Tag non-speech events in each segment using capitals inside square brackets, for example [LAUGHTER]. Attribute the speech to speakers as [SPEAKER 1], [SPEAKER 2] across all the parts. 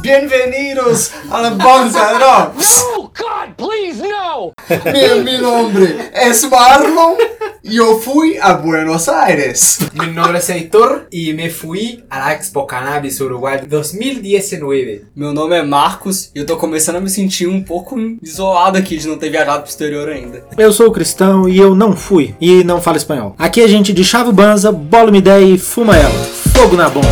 [SPEAKER 1] Bienvenidos a la Bonza Rock.
[SPEAKER 2] Oh, God, please, no!
[SPEAKER 1] Mi, mi nombre es Marlon. Yo fui a Buenos Aires.
[SPEAKER 3] Mi nombre es Heitor y me fui a la Expo Cannabis Uruguay 2019.
[SPEAKER 4] Meu nome é Marcos e eu tô começando a me sentir um pouco isolado aqui de não ter viajado pro exterior ainda.
[SPEAKER 5] Eu sou cristão e eu não fui e não falo espanhol. Aqui a gente de chavo banza, bola uma ideia e fuma ela. Fogo na bomba.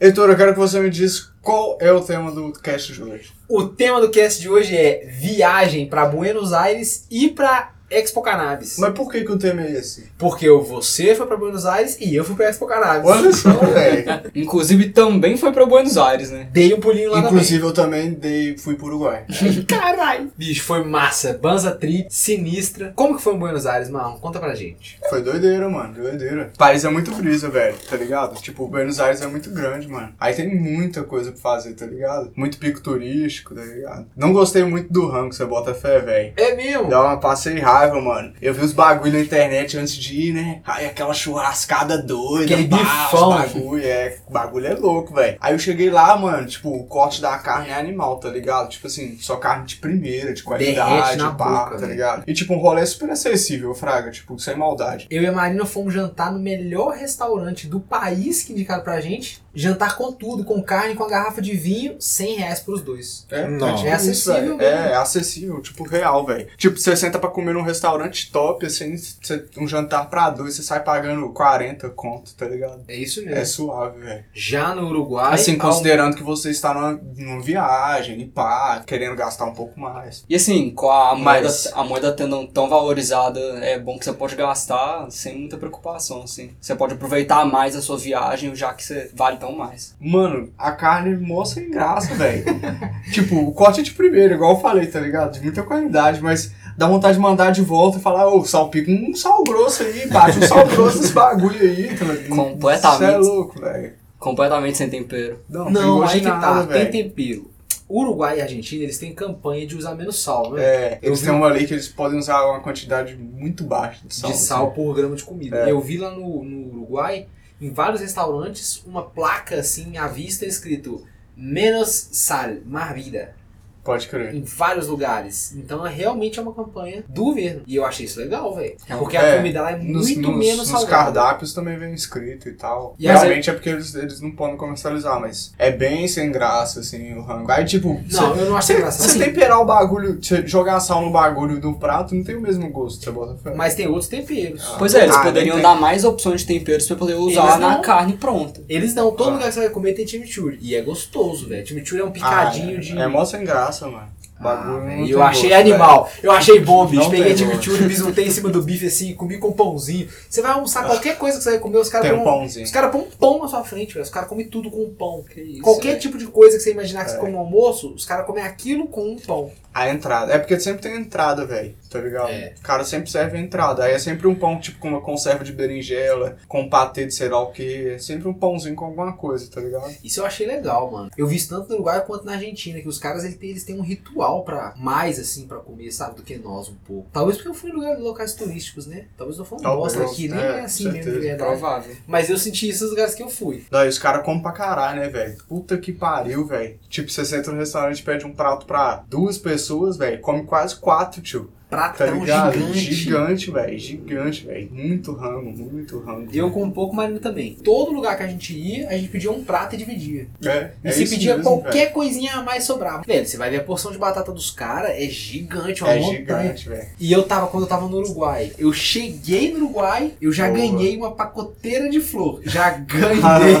[SPEAKER 1] Heitor, eu quero que você me diz qual é o tema do cast de hoje.
[SPEAKER 3] O tema do cast de hoje é viagem para Buenos Aires e para Expo Cannabis.
[SPEAKER 1] Mas por que, que o tema é esse?
[SPEAKER 3] Porque você foi para Buenos Aires e eu fui para Expo Cannabis.
[SPEAKER 1] Olha só, velho.
[SPEAKER 4] Inclusive também foi pra Buenos Aires, né?
[SPEAKER 3] Dei um pulinho lá
[SPEAKER 1] [LAUGHS] Inclusive, eu também dei, fui pro Uruguai.
[SPEAKER 3] também. Bicho, foi massa. Banza Trip, sinistra. Como que foi em Buenos Aires, Marlon? Conta pra gente.
[SPEAKER 1] Foi doideira, mano, doideira. Paris é muito brisa, velho, tá ligado? Tipo, Buenos Aires é muito grande, mano. Aí tem muita coisa pra fazer, tá ligado? Muito pico turístico, tá ligado? Não gostei muito do rango, você bota fé, velho.
[SPEAKER 3] É mesmo?
[SPEAKER 1] Dá uma passei raiva, mano. Eu vi os bagulho na internet antes de ir, né? Aí aquela churrascada doida,
[SPEAKER 3] Aquele
[SPEAKER 1] pá,
[SPEAKER 3] bifão.
[SPEAKER 1] os bagulho, é. Bagulho é louco, velho. Aí eu cheguei lá, mano, tipo, o corte da carne é animal, tá ligado? Tipo assim, só carne de primeira, de qualidade,
[SPEAKER 3] Derrete na
[SPEAKER 1] pá,
[SPEAKER 3] boca,
[SPEAKER 1] tá
[SPEAKER 3] né?
[SPEAKER 1] ligado? E tipo, um rolê super acessível, fraga, tipo, sem maldade.
[SPEAKER 3] Eu e a Marina fomos jantar no melhor restaurante do país que indicaram pra gente. Jantar com tudo, com carne, com a garrafa de vinho, 100 reais pros dois.
[SPEAKER 1] É,
[SPEAKER 5] Não.
[SPEAKER 1] tipo
[SPEAKER 3] É
[SPEAKER 1] isso,
[SPEAKER 3] acessível
[SPEAKER 1] velho.
[SPEAKER 3] mesmo.
[SPEAKER 1] É, é acessível, tipo, real, velho. Tipo, você senta pra comer num restaurante top, assim, você- um jantar pra dois, você sai pagando 40 conto, tá ligado?
[SPEAKER 3] É isso mesmo.
[SPEAKER 1] É suave, velho.
[SPEAKER 3] Já no Uruguai.
[SPEAKER 1] Assim,
[SPEAKER 3] ao-
[SPEAKER 1] considerando que você está numa, numa viagem e pá, querendo gastar um pouco mais.
[SPEAKER 4] E assim, com a moeda,
[SPEAKER 1] Mas-
[SPEAKER 4] a moeda tendo tão valorizada, é bom que você pode gastar sem muita preocupação, assim. Você pode aproveitar mais a sua viagem, já que você vale tão mais.
[SPEAKER 1] Mano, a carne moça sem graça, velho. [LAUGHS] tipo, o corte é de primeiro, igual eu falei, tá ligado? De muita qualidade, mas dá vontade de mandar de volta e falar, ô, salpica um sal grosso aí, bate um
[SPEAKER 3] [LAUGHS]
[SPEAKER 1] sal grosso nesse bagulho aí, tá ligado?
[SPEAKER 4] Completamente.
[SPEAKER 1] Cê é louco, velho.
[SPEAKER 4] Completamente sem tempero.
[SPEAKER 1] Não, tem
[SPEAKER 3] Não,
[SPEAKER 1] gosto
[SPEAKER 3] aí
[SPEAKER 1] de
[SPEAKER 3] que tá.
[SPEAKER 1] nada,
[SPEAKER 3] Tem
[SPEAKER 1] velho.
[SPEAKER 3] tempero. Uruguai e Argentina, eles têm campanha de usar menos sal, né?
[SPEAKER 1] É,
[SPEAKER 3] Eu
[SPEAKER 1] eles
[SPEAKER 3] vi-
[SPEAKER 1] têm uma lei que eles podem usar uma quantidade muito baixa de sal. assim. É.
[SPEAKER 3] de sal por grama de comida. Eu vi lá no, no Uruguai, em vários restaurantes, uma placa assim à vista escrito menos sal, mais vida,
[SPEAKER 1] assim. Pode crer.
[SPEAKER 3] em vários lugares. Então é realmente é uma campanha do governo. E eu achei isso legal, velho. Porque a
[SPEAKER 1] É,
[SPEAKER 3] comida lá é
[SPEAKER 1] Nos,
[SPEAKER 3] muito
[SPEAKER 1] nos-
[SPEAKER 3] menos
[SPEAKER 1] nos
[SPEAKER 3] salgada.
[SPEAKER 1] cardápios também vem escrito e tal.
[SPEAKER 3] E aí-
[SPEAKER 1] Realmente é porque eles, eles não podem comercializar, mas é bem sem graça, assim, o rango. Aí, tipo,
[SPEAKER 3] Não, eu não acho
[SPEAKER 1] você
[SPEAKER 3] engraçado. Assim,
[SPEAKER 1] temperar o bagulho, você jogar sal no bagulho do prato, não tem o mesmo gosto, você bota fé.
[SPEAKER 3] mas tem outros temperos.
[SPEAKER 1] Ah.
[SPEAKER 4] Pois é, eles
[SPEAKER 1] Ah, não
[SPEAKER 4] poderiam
[SPEAKER 1] tem.
[SPEAKER 4] dar mais opções de temperos pra poder
[SPEAKER 3] Eles
[SPEAKER 4] usar
[SPEAKER 3] não-
[SPEAKER 4] na carne pronta.
[SPEAKER 3] Eles não, todo
[SPEAKER 1] Ah.
[SPEAKER 3] lugar que você vai comer tem chimichurri. E é gostoso, velho. Chimichurri é um picadinho
[SPEAKER 1] Ah, é,
[SPEAKER 3] de.
[SPEAKER 1] É mó sem graça, mano. O Bagulho. não
[SPEAKER 3] Ah,
[SPEAKER 1] tem
[SPEAKER 3] e eu achei
[SPEAKER 1] gosto,
[SPEAKER 3] animal. Eu achei bom, bicho.
[SPEAKER 1] Não
[SPEAKER 3] Peguei
[SPEAKER 1] tem gosto.
[SPEAKER 3] chimichurri, bisuntei em cima do bife assim, comi com pãozinho. Você vai almoçar qualquer coisa que você vai comer, os caras
[SPEAKER 1] velho. Ah. Tem um
[SPEAKER 3] põem
[SPEAKER 1] pãozinho.
[SPEAKER 3] os cara põem um pão na sua frente, velho. Os caras comem tudo com um pão.
[SPEAKER 4] Que isso,
[SPEAKER 3] qualquer
[SPEAKER 4] né?
[SPEAKER 3] tipo de coisa que você imaginar que você
[SPEAKER 1] É.
[SPEAKER 3] come no almoço, os caras comem aquilo com um pão.
[SPEAKER 1] A entrada. É porque sempre tem entrada, velho. Tá ligado?
[SPEAKER 3] É.
[SPEAKER 1] O cara sempre serve a entrada. Aí é sempre um pão, tipo, com uma conserva de berinjela, com um patê de sei lá o que. É sempre um pãozinho com alguma coisa, tá ligado?
[SPEAKER 3] Isso eu achei legal, mano. Eu vi isso tanto no Uruguai quanto na Argentina, que os caras ele tem- eles têm um ritual pra mais, assim, pra comer, sabe, do que nós um pouco. Talvez porque eu fui em lugar- locais turísticos, né? Talvez eu fui uma
[SPEAKER 1] Talvez,
[SPEAKER 3] bosta aqui, nem
[SPEAKER 1] é,
[SPEAKER 3] é assim
[SPEAKER 1] com
[SPEAKER 3] mesmo, de
[SPEAKER 1] certeza.
[SPEAKER 3] verdade.
[SPEAKER 4] Provável.
[SPEAKER 3] Mas eu senti isso nos lugares que eu fui.
[SPEAKER 1] Daí os caras comem pra caralho, né, velho? Puta que pariu, velho. Tipo, você senta no restaurante e pede um prato pra duas pessoas, velho. Come quase quatro, tio. Tá
[SPEAKER 3] Pratão
[SPEAKER 1] ligado?
[SPEAKER 3] É um gigante.
[SPEAKER 1] Gigante, velho. Gigante, velho. Muito rango, muito rango.
[SPEAKER 3] Eu com um pouco, Marina também. Todo lugar que a gente ia, a gente pedia um prato e dividia.
[SPEAKER 1] É,
[SPEAKER 3] E
[SPEAKER 1] é
[SPEAKER 3] se
[SPEAKER 1] isso
[SPEAKER 3] pedia
[SPEAKER 1] mesmo,
[SPEAKER 3] qualquer
[SPEAKER 1] velho.
[SPEAKER 3] coisinha a mais sobrava. Velho, você vai ver a porção de batata dos caras, é gigante, uma
[SPEAKER 1] É
[SPEAKER 3] montanha.
[SPEAKER 1] gigante, velho.
[SPEAKER 3] E eu tava, quando eu tava no Uruguai, eu cheguei no Uruguai, eu já
[SPEAKER 1] Boa.
[SPEAKER 3] ganhei uma pacoteira de flor. Já
[SPEAKER 1] [LAUGHS]
[SPEAKER 3] ganhei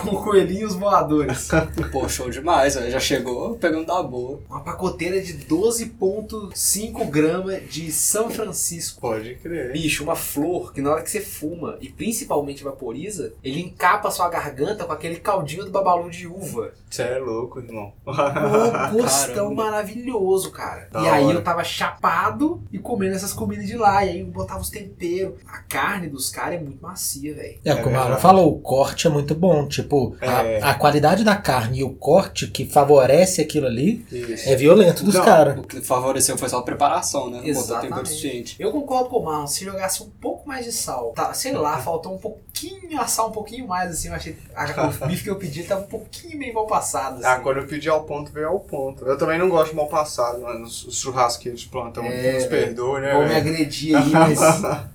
[SPEAKER 3] com coelhinhos voadores.
[SPEAKER 4] Pô, show demais, velho. Já chegou pegando da boa.
[SPEAKER 3] Uma pacoteira de 12,5 grama de São Francisco.
[SPEAKER 1] Pode crer.
[SPEAKER 3] Bicho, uma flor que na hora que você fuma e principalmente vaporiza, ele encapa a sua garganta com aquele caldinho do babalu de uva.
[SPEAKER 1] Você é louco, irmão. [LAUGHS]
[SPEAKER 3] Um gostão
[SPEAKER 4] Caramba.
[SPEAKER 3] maravilhoso, cara.
[SPEAKER 1] Da
[SPEAKER 3] e aí
[SPEAKER 1] hora.
[SPEAKER 3] eu tava chapado e comendo essas comidas de lá. E aí eu botava os temperos. A carne dos caras é muito macia, velho.
[SPEAKER 5] É, como a Alan
[SPEAKER 1] verdade.
[SPEAKER 5] falou, o corte é muito bom. Tipo, a-
[SPEAKER 1] É.
[SPEAKER 5] a, qualidade da carne e o corte que favorece aquilo ali
[SPEAKER 1] Isso.
[SPEAKER 5] é violento dos
[SPEAKER 1] Não,
[SPEAKER 5] caras.
[SPEAKER 4] O que favoreceu foi só a preparação, né? Não botou
[SPEAKER 3] Exatamente.
[SPEAKER 4] tempo suficiente.
[SPEAKER 3] Eu concordo com o Marlon, se jogasse um pouco mais de sal, tá, sei lá, faltou um pouquinho, assar um pouquinho mais, assim, eu achei, a, o bife que eu pedi tava um pouquinho meio mal passado, assim.
[SPEAKER 1] Ah, quando eu pedi ao ponto, veio ao ponto. Eu também não gosto de mal passado, mano. Os os churrasqueiros de plantão
[SPEAKER 3] É,
[SPEAKER 1] nos perdoem, né?
[SPEAKER 3] Vão me
[SPEAKER 1] velho?
[SPEAKER 3] agredir
[SPEAKER 1] [LAUGHS]
[SPEAKER 3] aí, mas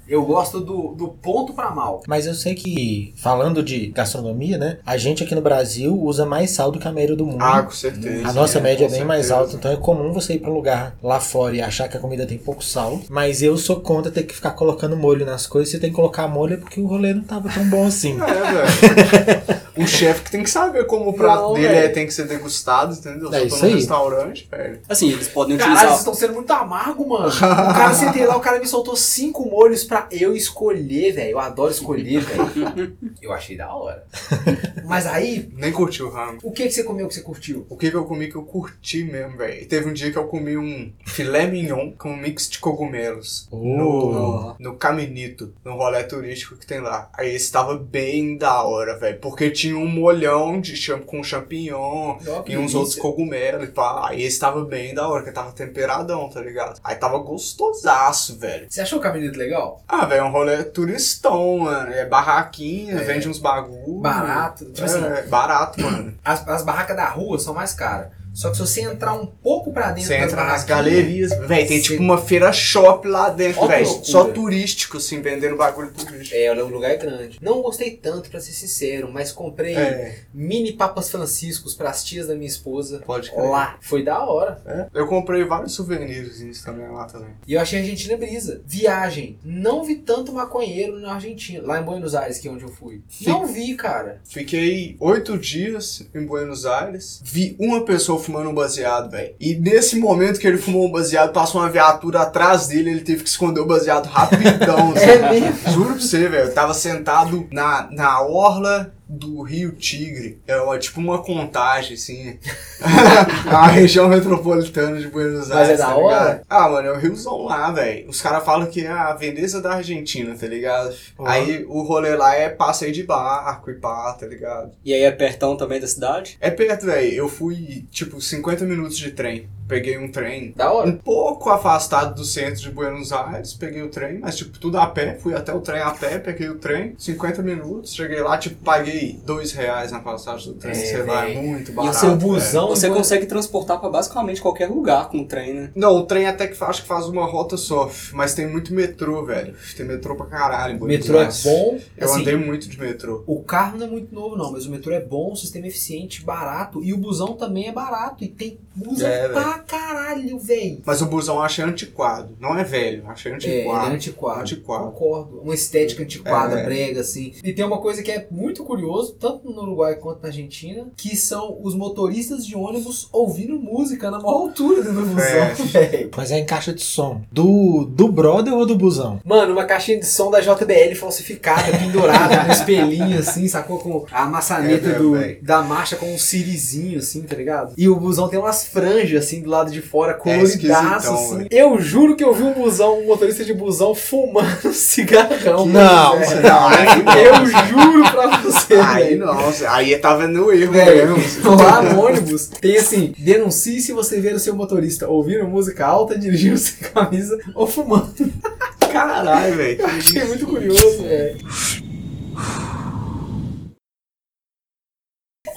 [SPEAKER 3] eu gosto do, do ponto pra mal.
[SPEAKER 5] Mas eu sei que, falando de gastronomia, né? A gente aqui no Brasil usa mais sal do que a média do mundo.
[SPEAKER 1] Ah, com certeza.
[SPEAKER 5] A nossa
[SPEAKER 1] É,
[SPEAKER 5] média é
[SPEAKER 1] com
[SPEAKER 5] bem mais
[SPEAKER 1] certeza.
[SPEAKER 5] alta, então é comum você ir pra um lugar lá fora e achar que a comida tem pouco sal. Mas eu sou contra ter que ficar colocando molho nas coisas. Você tem que colocar molho é porque o rolê não tava tão
[SPEAKER 1] [LAUGHS]
[SPEAKER 5] bom assim.
[SPEAKER 1] É,
[SPEAKER 5] [LAUGHS]
[SPEAKER 1] velho. um chefe que tem que saber como o prato
[SPEAKER 3] Não,
[SPEAKER 1] dele
[SPEAKER 3] velho.
[SPEAKER 1] é, tem que ser degustado, entendeu?
[SPEAKER 5] É
[SPEAKER 1] Se eu
[SPEAKER 5] isso
[SPEAKER 1] tô
[SPEAKER 5] aí.
[SPEAKER 1] num restaurante, velho.
[SPEAKER 4] Assim, eles podem
[SPEAKER 3] Caralho, vocês
[SPEAKER 4] utilizar.
[SPEAKER 3] estão sendo muito amargo, mano. O cara sentei lá, o cara me soltou cinco molhos pra eu escolher, velho. Eu adoro escolher, velho. [LAUGHS] Eu achei da hora. Mas aí,
[SPEAKER 1] Nem curti o rango.
[SPEAKER 3] o que, que você comeu que você curtiu?
[SPEAKER 1] O que, que eu comi que eu curti mesmo, velho? Teve um dia que eu comi um filé mignon com um mix de cogumelos.
[SPEAKER 5] Oh.
[SPEAKER 1] No, no Caminito, no rolê turístico que tem lá. Aí esse tava bem da hora, velho. Porque tinha um molhão de cham com champignon,
[SPEAKER 3] Ó, que
[SPEAKER 1] E uns
[SPEAKER 3] delícia.
[SPEAKER 1] outros cogumelos e pá. Aí esse tava bem da hora, que tava temperadão, tá ligado? Aí tava gostosaço, velho.
[SPEAKER 3] Você achou o caminho legal?
[SPEAKER 1] Ah, velho, é um rolê turistão, mano. É barraquinha, vende uns bagulho.
[SPEAKER 3] Barato. Tipo
[SPEAKER 1] É,
[SPEAKER 3] assim,
[SPEAKER 1] barato, mano.
[SPEAKER 3] as, as barracas da rua são mais caras. Só que se você entrar um pouco pra dentro
[SPEAKER 1] Você
[SPEAKER 3] das
[SPEAKER 1] entra nas
[SPEAKER 3] barraquinhas-
[SPEAKER 1] galerias, velho. Tem
[SPEAKER 3] Cê-
[SPEAKER 1] tipo uma feira shop lá dentro,
[SPEAKER 3] Ó que
[SPEAKER 1] velho.
[SPEAKER 3] loucura.
[SPEAKER 1] Só turístico, assim, vendendo bagulho turístico.
[SPEAKER 3] É, o lugar é grande. Não gostei tanto, pra ser sincero, mas comprei
[SPEAKER 1] É,
[SPEAKER 3] mini papas franciscos pras tias da minha esposa.
[SPEAKER 1] pode crer.
[SPEAKER 3] Lá. Foi da hora.
[SPEAKER 1] É. Eu comprei vários souvenirs também lá também.
[SPEAKER 3] E eu achei a Argentina brisa. Viagem. Não vi tanto maconheiro na Argentina. Lá em Buenos Aires, que é onde eu fui. Não vi, cara.
[SPEAKER 1] Fiquei oito dias em Buenos Aires. Vi uma pessoa fumando um baseado, velho. E nesse momento que ele fumou um baseado, passou uma viatura atrás dele. Ele teve que esconder o baseado
[SPEAKER 3] [LAUGHS]
[SPEAKER 1] rapidão. Zé.
[SPEAKER 3] É mesmo?
[SPEAKER 1] Juro pra você, velho. Eu tava sentado na, na orla do Rio Tigre. É uma- tipo uma contagem, assim. [LAUGHS] a região metropolitana de Buenos
[SPEAKER 3] Mas
[SPEAKER 1] Aires.
[SPEAKER 3] é da
[SPEAKER 1] tá ligado?
[SPEAKER 3] hora?
[SPEAKER 1] Ah, mano, é o riozão lá, velho. Os caras falam que é a Veneza da Argentina, tá ligado?
[SPEAKER 5] Ó.
[SPEAKER 1] Aí o rolê lá é passeio de barco e pá, tá ligado?
[SPEAKER 4] E aí é pertão também da cidade?
[SPEAKER 1] É perto, velho. Eu fui, tipo, 50 minutos de trem. Peguei um trem
[SPEAKER 3] Da hora.
[SPEAKER 1] um pouco afastado do centro de Buenos Aires, peguei o trem, mas tipo, tudo a pé, fui até o trem a pé, peguei o trem, 50 minutos, cheguei lá, tipo, paguei dois reais na passagem do trem,
[SPEAKER 3] É,
[SPEAKER 1] sei lá, é
[SPEAKER 3] véi.
[SPEAKER 1] muito
[SPEAKER 3] E
[SPEAKER 1] barato.
[SPEAKER 3] o seu
[SPEAKER 1] velho.
[SPEAKER 3] busão.
[SPEAKER 4] Você consegue transportar pra basicamente qualquer lugar com o trem, né?
[SPEAKER 1] Não, o trem até que fa- acho que faz uma rota só, mas tem muito metrô, velho. Tem metrô pra caralho. em Buenos
[SPEAKER 3] Metrô é
[SPEAKER 1] Aires.
[SPEAKER 3] bom.
[SPEAKER 1] Eu
[SPEAKER 3] Assim,
[SPEAKER 1] andei muito de metrô.
[SPEAKER 3] O carro não é muito novo, não, mas o metrô é bom, o sistema é eficiente, barato. E o busão também é barato. E tem busão
[SPEAKER 1] É, velho.
[SPEAKER 3] pra caralho, velho.
[SPEAKER 1] Mas o busão eu achei antiquado. Não é velho, achei
[SPEAKER 3] É, ele é
[SPEAKER 1] antiquado.
[SPEAKER 3] antiquado.
[SPEAKER 1] Antiquado.
[SPEAKER 3] Concordo. Uma estética antiquada,
[SPEAKER 1] É.
[SPEAKER 3] brega, assim. E tem uma coisa que é muito curioso, tanto no Uruguai quanto na Argentina, que são os motoristas de ônibus ouvindo música na maior altura
[SPEAKER 1] [LAUGHS]
[SPEAKER 3] do busão,
[SPEAKER 1] É.
[SPEAKER 3] velho.
[SPEAKER 5] Mas é em caixa de som. Do, do brother ou do busão?
[SPEAKER 3] Mano, uma caixinha de som da JBL falsificada, pendurada, com espelhinho assim, sacou? Com a maçaneta
[SPEAKER 1] É,
[SPEAKER 3] do,
[SPEAKER 1] velho.
[SPEAKER 3] da marcha com um sirizinho, assim, tá ligado? E o busão tem umas franjas, assim, do lado de fora, coloridaço,
[SPEAKER 1] É esquisitão,
[SPEAKER 3] assim.
[SPEAKER 1] velho.
[SPEAKER 3] Eu juro que eu vi um busão, um motorista de busão fumando [LAUGHS] um cigarrão.
[SPEAKER 5] Não,
[SPEAKER 3] velho.
[SPEAKER 1] Não, aí
[SPEAKER 3] Eu juro pra você,
[SPEAKER 1] Aí
[SPEAKER 3] velho.
[SPEAKER 1] não, aí tava no erro né?
[SPEAKER 3] Velho,
[SPEAKER 1] mesmo.
[SPEAKER 3] Lá no ônibus tem assim: denuncie se você ver o seu motorista ouvindo música alta, dirigindo sem camisa ou fumando.
[SPEAKER 1] Caralho,
[SPEAKER 3] [LAUGHS]
[SPEAKER 1] velho.
[SPEAKER 3] Achei muito curioso,
[SPEAKER 4] é.
[SPEAKER 3] velho.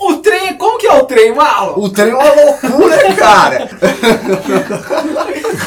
[SPEAKER 3] O trem, como que é o trem, Marlon?
[SPEAKER 1] O trem é uma loucura, cara.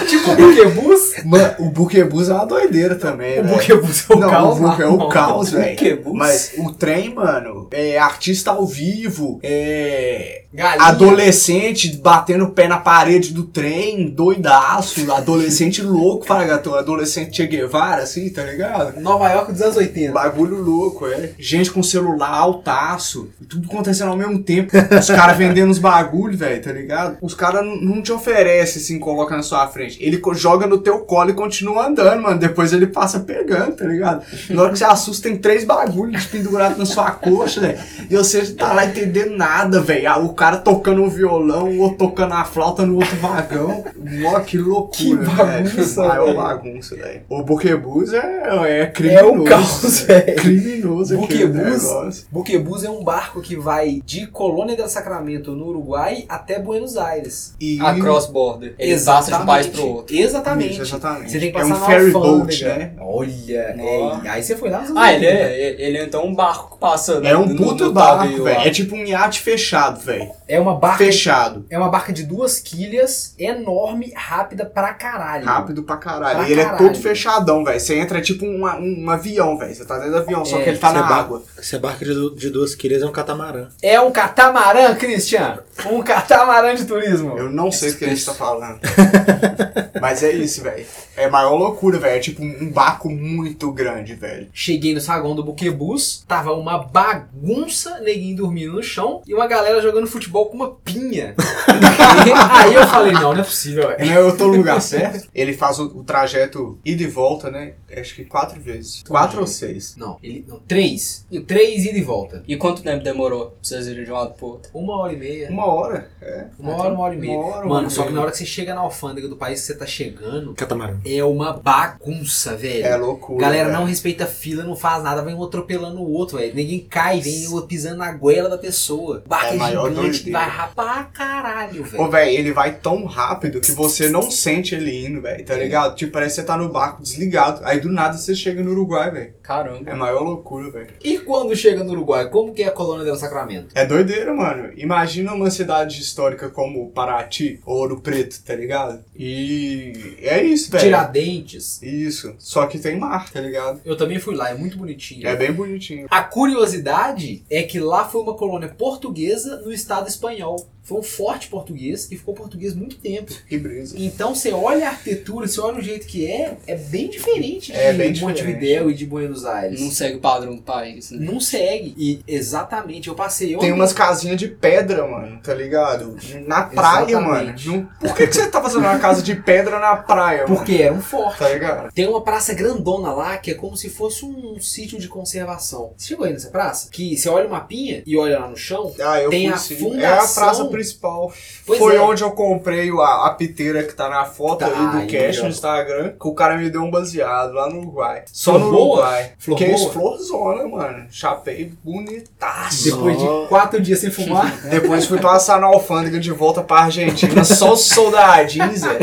[SPEAKER 3] Tipo o buquebus?
[SPEAKER 1] Mano, o buquebus é uma doideira também,
[SPEAKER 3] [LAUGHS] O é
[SPEAKER 1] velho.
[SPEAKER 3] buquebus é o
[SPEAKER 1] Não,
[SPEAKER 3] caos.
[SPEAKER 1] o buque é o
[SPEAKER 3] Marlon.
[SPEAKER 1] caos, velho.
[SPEAKER 4] Buquebus?
[SPEAKER 1] Mas o trem, mano, é artista ao vivo, é
[SPEAKER 3] Galinha.
[SPEAKER 1] adolescente batendo o pé na parede do trem, doidaço, adolescente louco, fala gatão, adolescente Che Guevara, assim, tá ligado?
[SPEAKER 3] Nova York dos anos 80.
[SPEAKER 1] Bagulho louco, é. Gente com celular altaço. e Tudo acontecendo ao mesmo tempo. Os caras vendendo os bagulho, velho, tá ligado? Os caras n- não te oferecem, assim, coloca na sua frente. gente. Ele co- joga no teu colo e continua andando, mano. Depois ele passa pegando, tá ligado? Na hora que você assusta, tem três bagulhos pendurados na sua coxa, velho. E você tá lá entendendo nada, velho. Ah, O cara tocando um violão, o outro tocando a flauta no outro vagão. Mó, que loucura,
[SPEAKER 5] Que
[SPEAKER 1] velho.
[SPEAKER 5] bagunça,
[SPEAKER 1] Ah, É uma
[SPEAKER 5] velho.
[SPEAKER 1] bagunça, velho. O Buquebus é, é
[SPEAKER 5] É
[SPEAKER 1] criminoso.
[SPEAKER 5] o caos, velho.
[SPEAKER 1] Criminoso é aquele
[SPEAKER 3] Buquebus?
[SPEAKER 1] negócio.
[SPEAKER 3] Buquebus é um barco que vai de Colônia del Sacramento, no Uruguai, até Buenos Aires.
[SPEAKER 1] E...
[SPEAKER 4] A cross-border. Ele passa de um país pro outro.
[SPEAKER 3] Exatamente.
[SPEAKER 1] Isso, exatamente.
[SPEAKER 3] Você tem que
[SPEAKER 1] É
[SPEAKER 3] passar
[SPEAKER 1] um
[SPEAKER 3] na
[SPEAKER 1] ferry
[SPEAKER 3] alfândega.
[SPEAKER 1] boat, né?
[SPEAKER 3] Olha,
[SPEAKER 4] Ó.
[SPEAKER 3] é, aí você foi lá nos
[SPEAKER 4] Ah,
[SPEAKER 3] Estados
[SPEAKER 4] ele
[SPEAKER 3] Unidos, né?
[SPEAKER 4] é, ele é então um barco que passa.
[SPEAKER 1] É um
[SPEAKER 4] no-
[SPEAKER 1] puto
[SPEAKER 4] no
[SPEAKER 1] barco,
[SPEAKER 4] navio
[SPEAKER 1] velho.
[SPEAKER 4] lá.
[SPEAKER 1] É tipo um iate fechado, velho.
[SPEAKER 3] É uma barca.
[SPEAKER 1] Fechado.
[SPEAKER 3] É uma barca de duas quilhas, enorme, rápida pra caralho.
[SPEAKER 1] Rápido pra caralho.
[SPEAKER 3] Pra
[SPEAKER 1] e ele é
[SPEAKER 3] caralho.
[SPEAKER 1] todo fechadão, velho. Você entra é tipo uma- um, um avião, velho. Você tá dentro do avião, só
[SPEAKER 3] É,
[SPEAKER 1] que ele tá
[SPEAKER 5] você
[SPEAKER 1] na
[SPEAKER 5] ba-
[SPEAKER 1] água.
[SPEAKER 5] Se é barca de, du- de duas quilhas, é um catamarã.
[SPEAKER 3] É um catamarã, Christian? Um catamarã de turismo.
[SPEAKER 1] Eu não sei o que a gente tá falando. Mas é isso, velho. É a maior loucura, velho. É tipo um um barco muito grande, velho.
[SPEAKER 3] Cheguei no saguão do Buquebus, tava uma bagunça, neguinho dormindo no chão e uma galera jogando futebol com uma
[SPEAKER 1] [LAUGHS]
[SPEAKER 3] pinha. aí eu falei, não, não é possível, velho.
[SPEAKER 1] Né, Eu tô no lugar certo. Ele faz o, o trajeto ida e volta, né? Acho que quatro vezes. Quatro ou seis.
[SPEAKER 3] Não, ele. Não, três. E três ida e volta.
[SPEAKER 4] E quanto tempo demorou pra vocês irem de um lado pro outro?
[SPEAKER 3] Uma hora e meia.
[SPEAKER 1] Uma hora. É.
[SPEAKER 3] Uma hora, uma hora e meia.
[SPEAKER 1] Uma hora, uma hora
[SPEAKER 3] Mano,
[SPEAKER 1] e
[SPEAKER 3] só que
[SPEAKER 1] meia.
[SPEAKER 3] na hora que você chega na alfândega do país que você tá chegando,
[SPEAKER 5] Catamarã.
[SPEAKER 3] é uma bagunça, velho.
[SPEAKER 1] É loucura.
[SPEAKER 3] Galera
[SPEAKER 1] velho.
[SPEAKER 3] não respeita a fila, não faz nada, vem um atropelando o outro, velho. Ninguém cai, vem o- pisando na goela da pessoa. O
[SPEAKER 1] É
[SPEAKER 3] Barco
[SPEAKER 1] a
[SPEAKER 3] é,
[SPEAKER 1] maior
[SPEAKER 3] gigante,
[SPEAKER 1] doideira.
[SPEAKER 3] vai rapar caralho,
[SPEAKER 1] Ô,
[SPEAKER 3] velho.
[SPEAKER 1] velho, ele vai tão rápido que você não sente ele indo, velho, tá ligado? Tipo, parece que você tá no barco desligado. Aí do nada você chega no Uruguai, velho.
[SPEAKER 4] Caramba.
[SPEAKER 1] É a maior loucura, velho.
[SPEAKER 3] E quando chega no Uruguai, como que é a colônia do Sacramento?
[SPEAKER 1] É doideira, mano. Imagina uma cidade histórica como Paraty ou Ouro Preto, tá ligado? E é isso, velho.
[SPEAKER 3] Tiradentes.
[SPEAKER 1] Isso. Só que tem mar, tá ligado?
[SPEAKER 3] Eu também fui lá, é muito bonitinho.
[SPEAKER 1] É bem bonitinho.
[SPEAKER 3] A curiosidade é que lá foi uma colônia portuguesa no estado espanhol. Foi um forte português que ficou português muito tempo.
[SPEAKER 1] Que brisa.
[SPEAKER 3] Então você olha a arquitetura, você olha o jeito que é, é bem diferente de
[SPEAKER 1] É bem diferente. Uhum.
[SPEAKER 3] Montevideo e de Buenos Aires.
[SPEAKER 4] Não segue o padrão do país, né?
[SPEAKER 3] Não segue. E exatamente, eu passei. Eu
[SPEAKER 1] Tem umas casinhas de pedra, mano, tá ligado? Na praia, mano.
[SPEAKER 3] Exatamente.
[SPEAKER 1] Não- Por que, que você tá fazendo uma casa de pedra na praia, mano?
[SPEAKER 3] Porque era um forte.
[SPEAKER 1] Tá ligado?
[SPEAKER 3] Tem uma praça grandona lá que é como se fosse um sítio de conservação. Você chegou aí nessa praça? Que você olha o mapinha e olha lá no chão.
[SPEAKER 1] Ah, eu
[SPEAKER 3] Tem
[SPEAKER 1] fui
[SPEAKER 3] a
[SPEAKER 1] sim.
[SPEAKER 3] fundação.
[SPEAKER 1] É a praça principal.
[SPEAKER 3] Pois
[SPEAKER 1] Foi
[SPEAKER 3] é.
[SPEAKER 1] onde eu comprei a, a piteira que tá na foto
[SPEAKER 3] Tá
[SPEAKER 1] aí
[SPEAKER 3] aí,
[SPEAKER 1] do cash
[SPEAKER 3] ó.
[SPEAKER 1] no Instagram. Que o cara me deu um baseado lá no Uruguai. Só
[SPEAKER 3] Flor
[SPEAKER 1] no
[SPEAKER 3] boa?
[SPEAKER 1] Uruguai.
[SPEAKER 3] Flor
[SPEAKER 1] Cash
[SPEAKER 3] boa?
[SPEAKER 1] florzona, mano. Chapei bonitaço.
[SPEAKER 3] Depois de quatro dias sem fumar. [LAUGHS]
[SPEAKER 1] Depois fui passar na alfândega de volta pra Argentina. Só os soldadinhos,
[SPEAKER 3] [LAUGHS]
[SPEAKER 1] velho.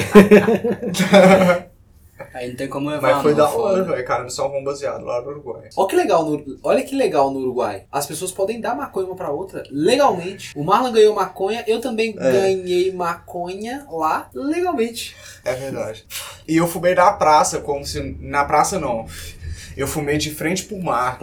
[SPEAKER 4] Aí não tem como levar.
[SPEAKER 1] Mas foi
[SPEAKER 4] não,
[SPEAKER 1] da hora,
[SPEAKER 4] foda.
[SPEAKER 1] velho. Cara, me salvou um baseado lá no Uruguai.
[SPEAKER 3] Olha que legal no, olha que legal no Uruguai. As pessoas podem dar maconha uma pra outra legalmente. O Marlon ganhou maconha, eu
[SPEAKER 1] É.
[SPEAKER 3] também ganhei maconha lá legalmente.
[SPEAKER 1] É verdade. E eu fumei na praça, como se. Na praça não. Eu fumei de frente pro mar.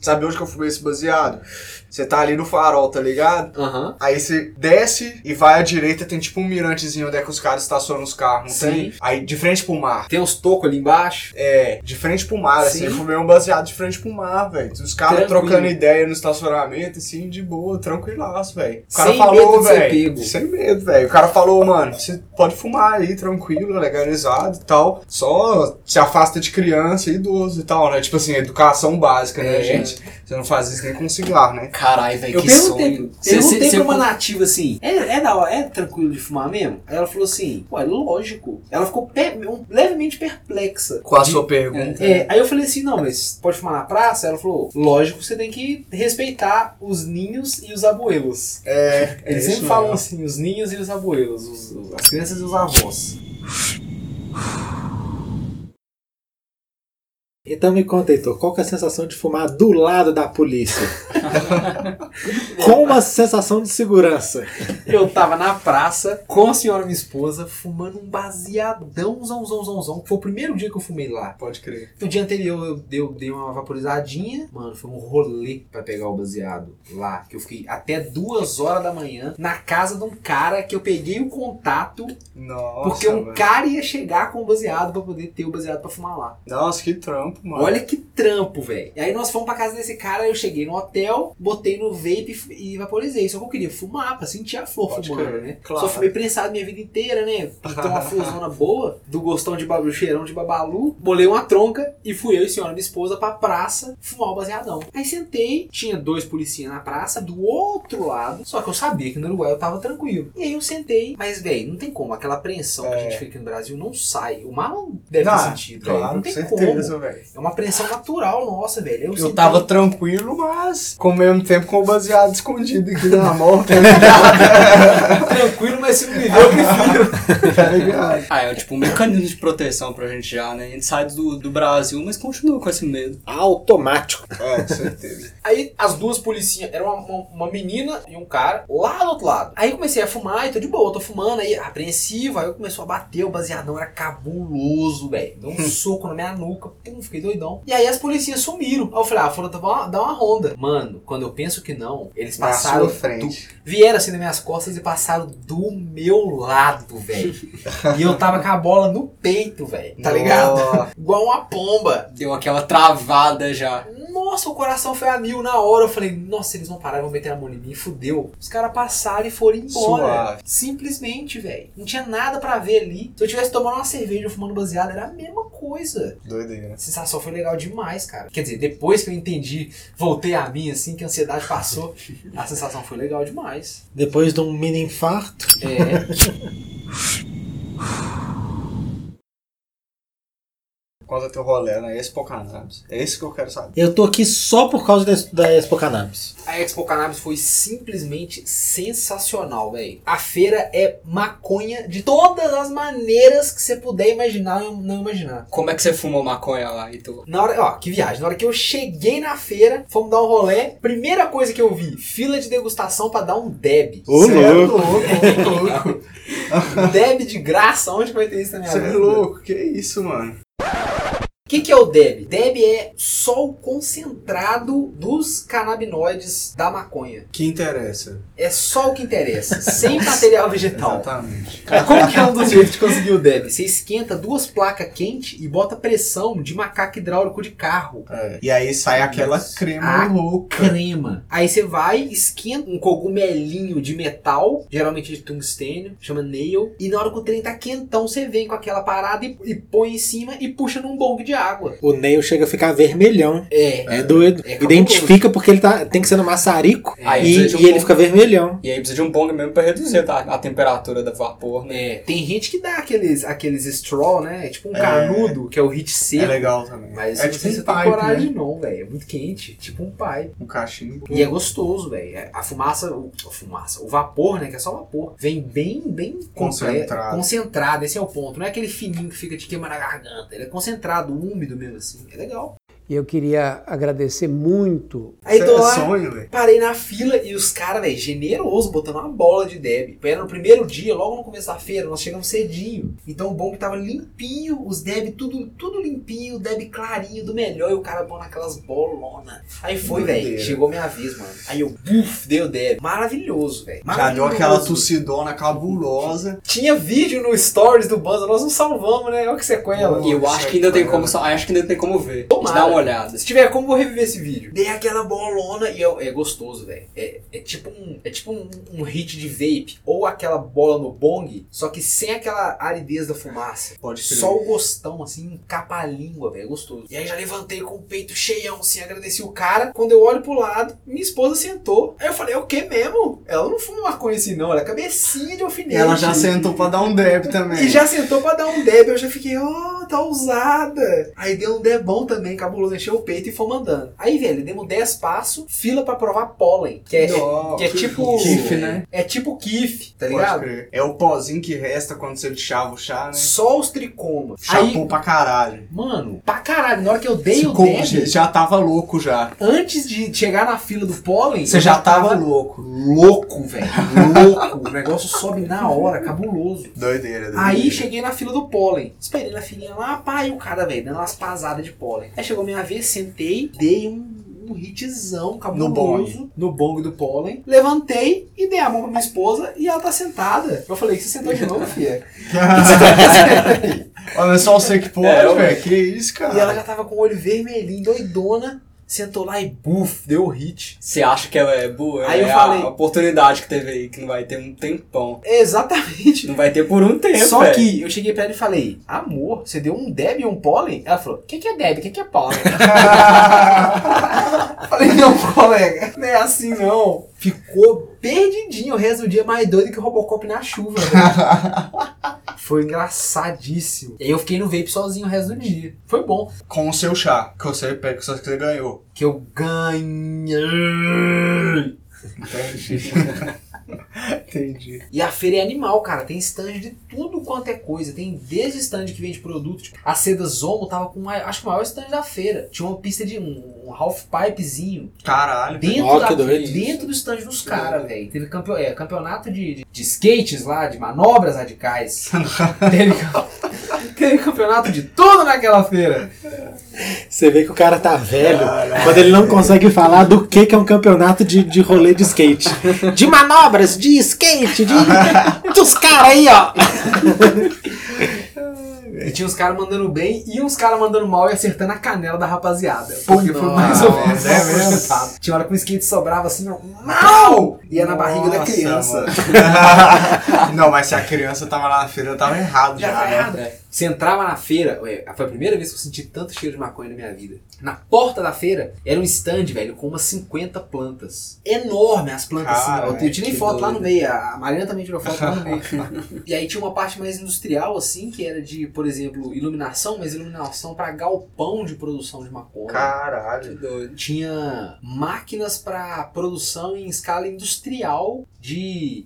[SPEAKER 1] Sabe onde que eu fumei esse baseado? Você tá ali no farol, tá ligado?
[SPEAKER 3] Aham.
[SPEAKER 1] Aí você desce e vai à direita, tem tipo um mirantezinho onde é que os caras estacionam os carros, não
[SPEAKER 3] Sim.
[SPEAKER 1] tem? Aí de frente pro mar.
[SPEAKER 3] Tem uns tocos ali embaixo.
[SPEAKER 1] É, de frente pro mar, assim.
[SPEAKER 3] Sim.
[SPEAKER 1] Eu fumei um baseado de frente pro mar, velho. Os caras
[SPEAKER 3] Tranquilo.
[SPEAKER 1] trocando ideia no estacionamento, assim, de boa, tranquilaço, velho. O cara
[SPEAKER 3] Sem medo
[SPEAKER 1] falou,
[SPEAKER 3] de ser
[SPEAKER 1] velho.
[SPEAKER 3] pego.
[SPEAKER 1] Sem medo, velho. O cara falou, mano, você pode fumar aí, tranquilo, legalizado e tal. Só se afasta de criança e idoso e tal, né? Tipo assim, educação básica, né,
[SPEAKER 3] É.
[SPEAKER 1] gente? Você não faz isso nem com cigarro, né?
[SPEAKER 4] Caralho, velho,
[SPEAKER 3] Eu
[SPEAKER 4] É que
[SPEAKER 3] perguntei,
[SPEAKER 4] sonho. Cê- cê-
[SPEAKER 3] perguntei
[SPEAKER 4] cê-
[SPEAKER 3] pra uma nativa assim, é, é da hora, é tranquilo de fumar mesmo? Aí ela falou assim, pô, é lógico. Ela ficou pe- um- levemente perplexa.
[SPEAKER 1] Com a sua pergunta.
[SPEAKER 3] É, aí eu falei assim, não, mas pode fumar na praça? Ela falou, lógico, você tem que respeitar os ninhos e os abuelos.
[SPEAKER 4] [LAUGHS]
[SPEAKER 1] É, é
[SPEAKER 3] Eles
[SPEAKER 1] isso
[SPEAKER 3] sempre falam
[SPEAKER 1] mesmo.
[SPEAKER 3] assim, os ninhos e os abuelos, os- os- as crianças e os
[SPEAKER 4] [LAUGHS]
[SPEAKER 3] avós.
[SPEAKER 5] Então me conta, Heitor, qual que é a sensação de fumar do lado da
[SPEAKER 1] [LAUGHS]
[SPEAKER 5] polícia? Com uma sensação de segurança.
[SPEAKER 3] Eu tava na praça com a senhora minha esposa, fumando um baseadão, zão, zão, zão, zão. Foi o primeiro dia que eu fumei lá.
[SPEAKER 1] É. Pode crer.
[SPEAKER 3] No dia anterior eu dei, eu dei uma vaporizadinha. Mano, foi um rolê pra pegar o baseado lá. Que eu fiquei até duas horas da manhã na casa de um cara que eu peguei o contato
[SPEAKER 1] Nossa,
[SPEAKER 3] porque um
[SPEAKER 1] mano.
[SPEAKER 3] cara ia chegar com o baseado pra poder ter o baseado pra fumar lá.
[SPEAKER 1] Nossa, que trampo, trampo, mano.
[SPEAKER 3] Olha que trampo, velho. E aí nós fomos pra casa desse cara, eu cheguei no hotel, botei no vape e f- e vaporizei. Só que eu queria fumar pra sentir a flor
[SPEAKER 1] Pode
[SPEAKER 3] fumando,
[SPEAKER 1] crer,
[SPEAKER 3] né?
[SPEAKER 1] claro.
[SPEAKER 3] Só fumei prensado minha vida inteira, né?
[SPEAKER 1] [LAUGHS]
[SPEAKER 3] Então uma fusona boa, do gostão de babu, cheirão de babalu. Bolei uma tronca e fui eu e senhora minha esposa pra praça fumar o baseadão. Aí sentei, tinha dois policinhas na praça, do outro lado. Só que eu sabia que no Uruguai eu tava tranquilo. E aí eu sentei, mas, velho, não tem como. Aquela apreensão
[SPEAKER 1] É.
[SPEAKER 3] que a gente fica aqui no Brasil não sai. O mal deve
[SPEAKER 1] Ah,
[SPEAKER 3] ter sentido, velho.
[SPEAKER 1] Claro,
[SPEAKER 3] não
[SPEAKER 1] com
[SPEAKER 3] tem como.
[SPEAKER 1] certeza, velho.
[SPEAKER 3] É uma pressão natural nossa, velho. Eu, um
[SPEAKER 1] Eu
[SPEAKER 3] sentei-
[SPEAKER 1] tava tranquilo, mas com o mesmo tempo com o baseado escondido aqui na mão, tá
[SPEAKER 3] tranquilo, mas se não me ver, eu prefiro.
[SPEAKER 1] ligado?
[SPEAKER 4] Ah, é tipo um mecanismo de proteção pra gente já, né? A gente sai do, do Brasil, mas continua com esse medo.
[SPEAKER 5] Automático.
[SPEAKER 1] [LAUGHS] É, com certeza.
[SPEAKER 3] Aí as duas policinhas, era uma, uma, uma menina e um cara, lá do outro lado. Aí eu comecei a fumar, e tô de boa, tô fumando, aí apreensivo, aí eu começou a bater, o baseadão era cabuloso, velho. Deu [LAUGHS] um soco na minha nuca, pum, fiquei doidão. E aí as policinhas sumiram. Aí eu falei, ah, foram dar uma, dar uma ronda. Mano, quando eu penso que não, eles
[SPEAKER 1] Na
[SPEAKER 3] passaram
[SPEAKER 1] sua frente.
[SPEAKER 3] vieram assim nas minhas costas e passaram do meu lado, [LAUGHS] velho. e eu tava com a bola no peito, velho. Tá ligado?
[SPEAKER 1] Nossa.
[SPEAKER 3] Igual uma pomba.
[SPEAKER 4] Deu aquela travada já.
[SPEAKER 3] Nossa, o coração foi a mil na hora. Eu falei, nossa, eles vão parar, vão meter a mão em mim. Fudeu. Os caras passaram e foram embora.
[SPEAKER 1] Suave.
[SPEAKER 3] Simplesmente, velho. Não tinha nada pra ver ali. Se eu tivesse tomando uma cerveja ou fumando baseado, era a mesma coisa.
[SPEAKER 1] Doideira.
[SPEAKER 3] A sensação foi legal demais, cara. Quer dizer, depois que eu entendi, voltei a mim, assim, que a ansiedade passou, a sensação foi legal demais.
[SPEAKER 5] Depois de um mini infarto.
[SPEAKER 3] É,
[SPEAKER 1] Conta teu rolê, né? Esse Pocahontas. É esse que eu quero saber.
[SPEAKER 5] Eu tô aqui só por causa da, da Expo Cannabis.
[SPEAKER 3] a Expo Cannabis foi simplesmente sensacional, velho. A feira é maconha de todas as maneiras que você puder imaginar e não imaginar.
[SPEAKER 4] Como é que você fumou maconha lá, Itu?
[SPEAKER 3] Na hora, ó, que viagem. Na hora que eu cheguei na feira, fomos dar um rolé. Primeira coisa que eu vi, fila de degustação pra dar um deb. Um
[SPEAKER 5] Ô,
[SPEAKER 1] Cê é louco, ô, louco.
[SPEAKER 3] deb de graça, onde que vai ter isso na minha
[SPEAKER 1] Você é
[SPEAKER 3] vida?
[SPEAKER 1] louco, que isso, mano?
[SPEAKER 3] O que, que é o DEB? DEB é só o concentrado dos canabinoides da maconha.
[SPEAKER 1] Que interessa.
[SPEAKER 3] É só o que
[SPEAKER 1] [LAUGHS]
[SPEAKER 3] interessa, sem material
[SPEAKER 1] Então.
[SPEAKER 3] vegetal.
[SPEAKER 1] Exatamente.
[SPEAKER 3] Como que é um dos jeitos de conseguir o DEB? Você esquenta duas placas quentes e bota pressão de macaco hidráulico de carro.
[SPEAKER 1] É. E aí sai aquela crema
[SPEAKER 3] Ah.
[SPEAKER 1] louca.
[SPEAKER 3] Crema. Aí você vai, esquenta um cogumelinho de metal, geralmente de tungstênio, chama nail. E na hora que o trem tá quentão, você vem com aquela parada e, e põe em cima e puxa num bongue de água.
[SPEAKER 5] O Neil chega a ficar vermelhão.
[SPEAKER 3] É.
[SPEAKER 5] É doido.
[SPEAKER 3] É cabuloso.
[SPEAKER 5] Identifica porque ele tá, tem que ser no maçarico.
[SPEAKER 4] É,
[SPEAKER 5] e
[SPEAKER 4] precisa de um
[SPEAKER 5] e ele
[SPEAKER 4] pouco.
[SPEAKER 5] fica vermelhão.
[SPEAKER 4] E aí precisa de um bong mesmo pra reduzir tá? a temperatura do vapor,
[SPEAKER 3] É,
[SPEAKER 4] né?
[SPEAKER 3] tem gente que dá aqueles, aqueles straw, né? É Tipo um
[SPEAKER 1] É.
[SPEAKER 3] canudo, que é o hit
[SPEAKER 1] É
[SPEAKER 3] seco.
[SPEAKER 1] legal também.
[SPEAKER 3] mas
[SPEAKER 1] é
[SPEAKER 3] não
[SPEAKER 1] tipo
[SPEAKER 3] sei
[SPEAKER 1] um
[SPEAKER 3] se eu tenho
[SPEAKER 1] pipe,
[SPEAKER 3] coragem,
[SPEAKER 1] né?
[SPEAKER 3] não, velho. É muito quente. Tipo um pai.
[SPEAKER 1] Um cachimbo.
[SPEAKER 3] E é gostoso, velho. A fumaça, o, a fumaça, o vapor, né? Que é só vapor. Vem bem, bem completo,
[SPEAKER 1] Concentrado.
[SPEAKER 3] concentrado. Esse é o ponto. Não é aquele fininho que fica te queimando a garganta. Ele é concentrado, úmido mesmo assim. É legal.
[SPEAKER 6] E eu queria agradecer muito
[SPEAKER 3] Aí
[SPEAKER 1] Cê
[SPEAKER 3] tô
[SPEAKER 1] é
[SPEAKER 3] lá.
[SPEAKER 1] sonho, velho.
[SPEAKER 3] Parei na fila e os caras, velho, generoso, botando uma bola de deb. Era no primeiro dia, logo no começo da feira, nós chegamos cedinho. Então o bom que tava limpinho, os deb tudo, tudo limpinho, deb clarinho, do melhor, e o cara bom naquelas bolonas. Aí foi, velho,
[SPEAKER 1] Doideira.
[SPEAKER 3] chegou minha vez, mano. Aí eu, buf, dei o deb. Maravilhoso, velho.
[SPEAKER 1] Já deu
[SPEAKER 3] Maravilhoso.
[SPEAKER 1] aquela tossidona cabulosa.
[SPEAKER 3] Tinha vídeo no stories do Banza, nós não salvamos, né? Olha que sequela.
[SPEAKER 4] E eu
[SPEAKER 1] Nossa,
[SPEAKER 4] acho que ainda tem
[SPEAKER 1] cara.
[SPEAKER 4] como, acho que ainda tem como ver. A gente
[SPEAKER 3] Tomara.
[SPEAKER 4] dá uma olhada.
[SPEAKER 3] Se tiver como, vou reviver esse vídeo. Dei aquela bolona e eu- é gostoso, velho. É, é tipo, um, é tipo um, um hit de vape ou aquela bola no bong, só que sem aquela aridez da fumaça.
[SPEAKER 1] Pode crer.
[SPEAKER 3] Só o gostão, assim, encapa a língua, velho. é Gostoso. E aí já levantei com o peito cheião, assim, agradeci o cara. Quando eu olho pro lado, minha esposa sentou. Aí eu falei, é o que mesmo? Ela não fuma maconha assim, não. Ela é cabecinha de
[SPEAKER 1] E
[SPEAKER 3] alfinete.
[SPEAKER 1] ela já sentou pra dar um deb também.
[SPEAKER 3] E já sentou pra dar um deb, eu já fiquei, ó, tá ousada. Aí deu um debão também, cabuloso, encheu o peito e foi mandando. Aí, velho, demos 10 passos, fila pra provar pólen, que é,
[SPEAKER 1] Nó,
[SPEAKER 3] que é tipo.
[SPEAKER 1] kiff, né?
[SPEAKER 3] É tipo kiff, tá
[SPEAKER 1] Pode
[SPEAKER 3] ligado?
[SPEAKER 1] crer. É o pozinho que resta quando você chava o chá, né?
[SPEAKER 3] Só os tricoma.
[SPEAKER 1] Chapou
[SPEAKER 3] Aí,
[SPEAKER 1] pra caralho.
[SPEAKER 3] mano, pra caralho, na hora que eu dei o
[SPEAKER 1] Ficou,
[SPEAKER 3] deb,
[SPEAKER 1] já- já tava louco já.
[SPEAKER 3] antes de chegar na fila do pólen,
[SPEAKER 1] Você
[SPEAKER 3] eu
[SPEAKER 1] já tava louco.
[SPEAKER 3] louco, [LAUGHS] velho. Louco. o negócio sobe na hora, cabuloso.
[SPEAKER 1] Doideira, doideira.
[SPEAKER 3] Aí cheguei na fila do pólen. Esperei na filinha lá, pai, o cara, velho, dando umas pasadas de pólen. Aí chegou minha vez, sentei, dei um, um hitzão cabuloso
[SPEAKER 1] No bonde.
[SPEAKER 3] no bongo do pólen. Levantei e dei a mão pra minha esposa e ela tá sentada. Eu falei, você sentou de novo, filha?
[SPEAKER 1] [LAUGHS] Olha só você que pode,
[SPEAKER 4] É, eu-
[SPEAKER 1] velho. Que isso, cara.
[SPEAKER 3] E ela já tava com o olho vermelhinho, doidona. Sentou lá e buf, deu o hit.
[SPEAKER 4] Você acha que é, é boa?
[SPEAKER 3] Aí eu
[SPEAKER 4] é
[SPEAKER 3] falei-
[SPEAKER 4] a oportunidade que teve aí, que não vai ter um tempão.
[SPEAKER 3] [LAUGHS] Exatamente.
[SPEAKER 4] Não vai ter por um tempo.
[SPEAKER 3] Só
[SPEAKER 4] velho.
[SPEAKER 3] que eu cheguei pra ela e falei, amor, você deu um deb e um pólen? Ela falou, o que, que é deb? O que, que é pólen? Eu falei, não, colega, não é assim não. Ficou perdidinho o resto do dia mais doido que o Robocop na chuva, velho. Foi engraçadíssimo. E aí eu fiquei no vape sozinho o resto do dia. Foi bom.
[SPEAKER 1] Com o seu chá, que você, que você
[SPEAKER 3] [LAUGHS]
[SPEAKER 1] ganhou.
[SPEAKER 3] Que eu ganhei.
[SPEAKER 1] Entendi. Entendi.
[SPEAKER 3] E a feira é animal, cara. Tem stand de tudo quanto é coisa. Tem desde stand que vende produto. Tipo, a Seda Zomo tava com, o mai- acho que o maior stand da feira. Tinha uma pista de um, um half pipezinho.
[SPEAKER 1] Caralho.
[SPEAKER 3] Dentro,
[SPEAKER 5] Ó,
[SPEAKER 3] da-
[SPEAKER 5] que doido.
[SPEAKER 3] dentro do stand dos caras, velho. Teve campe- é, campeonato de, de, de skates lá, de manobras
[SPEAKER 5] [LAUGHS]
[SPEAKER 3] radicais. teve, cam- teve campeonato de tudo naquela feira.
[SPEAKER 5] Você vê que o cara tá velho quando ele não consegue falar do que, que é um campeonato de, de rolê de skate. De manobras, de skate, de. dos caras aí, ó.
[SPEAKER 3] E tinha uns caras mandando bem e uns caras mandando mal e acertando a canela da rapaziada. Porque foi mais ou menos.
[SPEAKER 1] é mesmo?
[SPEAKER 3] resultado. Tinha hora que o skate sobrava assim, ó, mal! Ia na barriga da
[SPEAKER 1] Nossa,
[SPEAKER 3] criança.
[SPEAKER 1] mano. [LAUGHS] não, mas se a criança tava lá na feira, tava errado já.
[SPEAKER 3] Já tá
[SPEAKER 1] né?
[SPEAKER 3] errado. Você entrava na feira, ué, foi a primeira vez que eu senti tanto cheiro de maconha na minha vida. Na porta da feira era um stand, velho, com umas 50 plantas. Enorme as plantas,
[SPEAKER 1] Cara,
[SPEAKER 3] assim. Eu, eu tirei
[SPEAKER 4] que
[SPEAKER 3] foto lá no
[SPEAKER 4] doido.
[SPEAKER 3] meio, a a Mariana também tirou foto lá no
[SPEAKER 4] [LAUGHS]
[SPEAKER 3] meio. e aí tinha uma parte mais industrial, assim, que era de, por exemplo, iluminação, mas iluminação pra galpão de produção de maconha.
[SPEAKER 1] Caralho.
[SPEAKER 4] é Doido.
[SPEAKER 3] tinha máquinas para produção em escala industrial de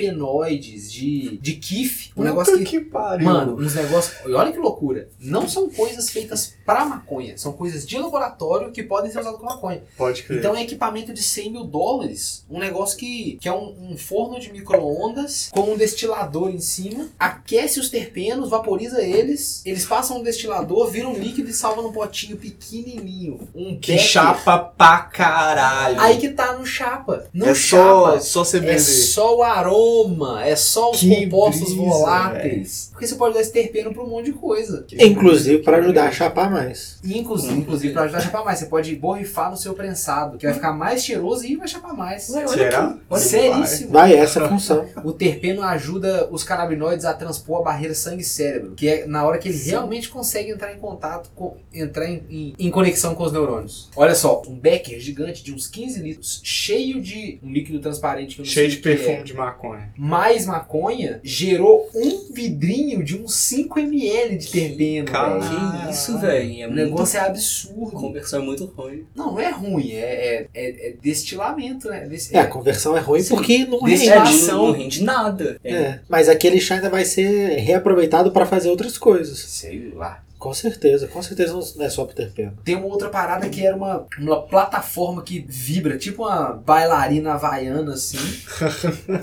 [SPEAKER 3] terpenoides, de, de kiff. Um negócio
[SPEAKER 1] Puta
[SPEAKER 3] que.
[SPEAKER 1] que pariu.
[SPEAKER 3] Mano, uns negócios. E olha que loucura. Não são coisas feitas pra maconha. São coisas de laboratório que podem ser usadas com maconha.
[SPEAKER 1] Pode crer.
[SPEAKER 3] Então é equipamento de 100 mil dólares. Um negócio que, que é um, um forno de micro-ondas com um destilador em cima. Aquece os terpenos, vaporiza eles. Eles passam no destilador, viram um líquido e salva num potinho pequenininho. Um
[SPEAKER 1] que
[SPEAKER 3] becker.
[SPEAKER 1] chapa pra caralho.
[SPEAKER 3] Aí que tá no chapa. No
[SPEAKER 1] é só,
[SPEAKER 3] chapa.
[SPEAKER 1] só você
[SPEAKER 3] é
[SPEAKER 1] beber.
[SPEAKER 3] só o aroma, é só os
[SPEAKER 1] Que
[SPEAKER 3] compostos
[SPEAKER 1] brisa,
[SPEAKER 3] voláteis. Porque você pode dar esse terpeno pra um monte de coisa.
[SPEAKER 5] Inclusive pra ajudar a chapar mais.
[SPEAKER 3] E, Inclusive,
[SPEAKER 1] um
[SPEAKER 3] inclusive pra ajudar a chapar mais. Você pode borrifar no seu prensado, que vai ficar mais cheiroso e vai chapar mais.
[SPEAKER 1] Será?
[SPEAKER 3] Olha, Seríssimo.
[SPEAKER 5] Vai essa é a função.
[SPEAKER 3] O terpeno ajuda os canabinoides a transpor a barreira sangue-cérebro, que é na hora que ele realmente consegue entrar em contato, com, entrar em, em- em conexão com os neurônios. Olha só, um becker gigante de uns 15 litros, cheio de um líquido transparente que eu não
[SPEAKER 1] Cheio de
[SPEAKER 3] sei o que é,
[SPEAKER 1] perfume de maconha.
[SPEAKER 3] mais maconha, gerou um vidrinho de uns 5ml de terpeno.
[SPEAKER 1] Cara.
[SPEAKER 3] velho.
[SPEAKER 4] Que isso, velho. É
[SPEAKER 3] O
[SPEAKER 4] muito...
[SPEAKER 3] negócio é absurdo.
[SPEAKER 4] Conversão é muito ruim.
[SPEAKER 3] Não, não é ruim, é, é, é- é destilamento, né? Dest-
[SPEAKER 5] É, a conversão é ruim
[SPEAKER 3] Sim.
[SPEAKER 5] porque não
[SPEAKER 3] Desse
[SPEAKER 5] rende.
[SPEAKER 4] É, de-
[SPEAKER 3] Relação.
[SPEAKER 4] não rende nada. É.
[SPEAKER 5] É, mas aquele chá ainda vai ser reaproveitado pra fazer outras coisas.
[SPEAKER 3] é, Sei lá.
[SPEAKER 5] Com certeza, com certeza não é só pro terpeno.
[SPEAKER 3] Tem uma outra parada que era uma, uma plataforma que vibra, tipo uma bailarina havaiana,
[SPEAKER 4] [LAUGHS]
[SPEAKER 3] assim,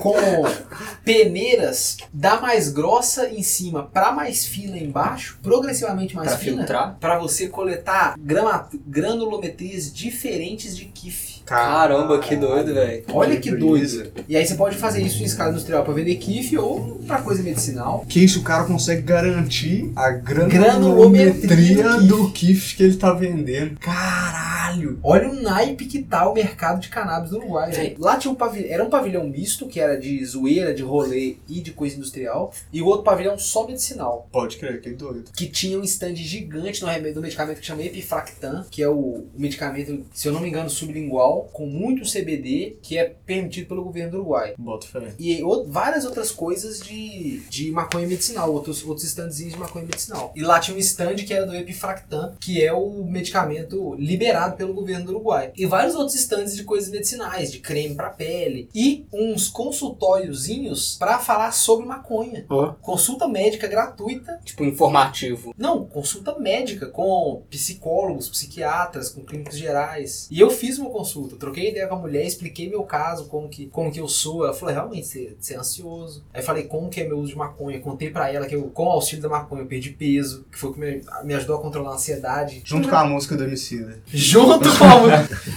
[SPEAKER 3] com peneiras da mais grossa em cima pra mais fina embaixo, progressivamente mais
[SPEAKER 4] Pra
[SPEAKER 3] fina,
[SPEAKER 4] filtrar?
[SPEAKER 3] pra você coletar grama- granulometrias diferentes de kiff.
[SPEAKER 4] Caramba, que doido, velho.
[SPEAKER 3] Olha que
[SPEAKER 1] brisa.
[SPEAKER 3] doido. E aí você pode fazer isso em escala industrial pra vender kiff ou pra coisa medicinal.
[SPEAKER 1] Que isso, o cara consegue garantir a
[SPEAKER 3] Granulometria
[SPEAKER 1] granulometria do kiff que ele tá vendendo.
[SPEAKER 3] Caralho! Olha o naipe que tá o mercado de cannabis do Uruguai, velho. Lá tinha um pavilhão. Era um pavilhão misto, que era de zoeira, de rolê e de coisa industrial. E o outro pavilhão só medicinal.
[SPEAKER 1] Pode crer, que doido.
[SPEAKER 3] Que tinha um stand gigante no, remédio, no medicamento que chama Epifractan, que é o, o medicamento, se eu não me engano, sublingual, com muito CBD, que é permitido pelo governo do Uruguai.
[SPEAKER 1] Bota fé.
[SPEAKER 3] E o- várias outras coisas de, de maconha medicinal, outros, outros standzinhos de maconha medicinal. E lá tinha um stand que era do Epifractan, que é o medicamento liberado pelo governo do Uruguai. E vários outros stands de coisas medicinais, de creme pra pele. E uns consultóriozinhos pra falar sobre maconha.
[SPEAKER 5] Ó.
[SPEAKER 3] Consulta médica gratuita.
[SPEAKER 4] Tipo, informativo.
[SPEAKER 3] Não, consulta médica com psicólogos, psiquiatras, com clínicos gerais. E eu fiz uma consulta, troquei ideia com a mulher, expliquei meu caso, como que, como que eu sou. Ela falou, realmente, você, você é ansioso. Aí falei, como que é meu uso de maconha? Contei pra ela que eu, com o auxílio da maconha, eu perdi peso, que foi o que me, me ajudou a controlar a ansiedade.
[SPEAKER 1] Junto com a música do né? Emicida.
[SPEAKER 3] Junto junto, como? [LAUGHS]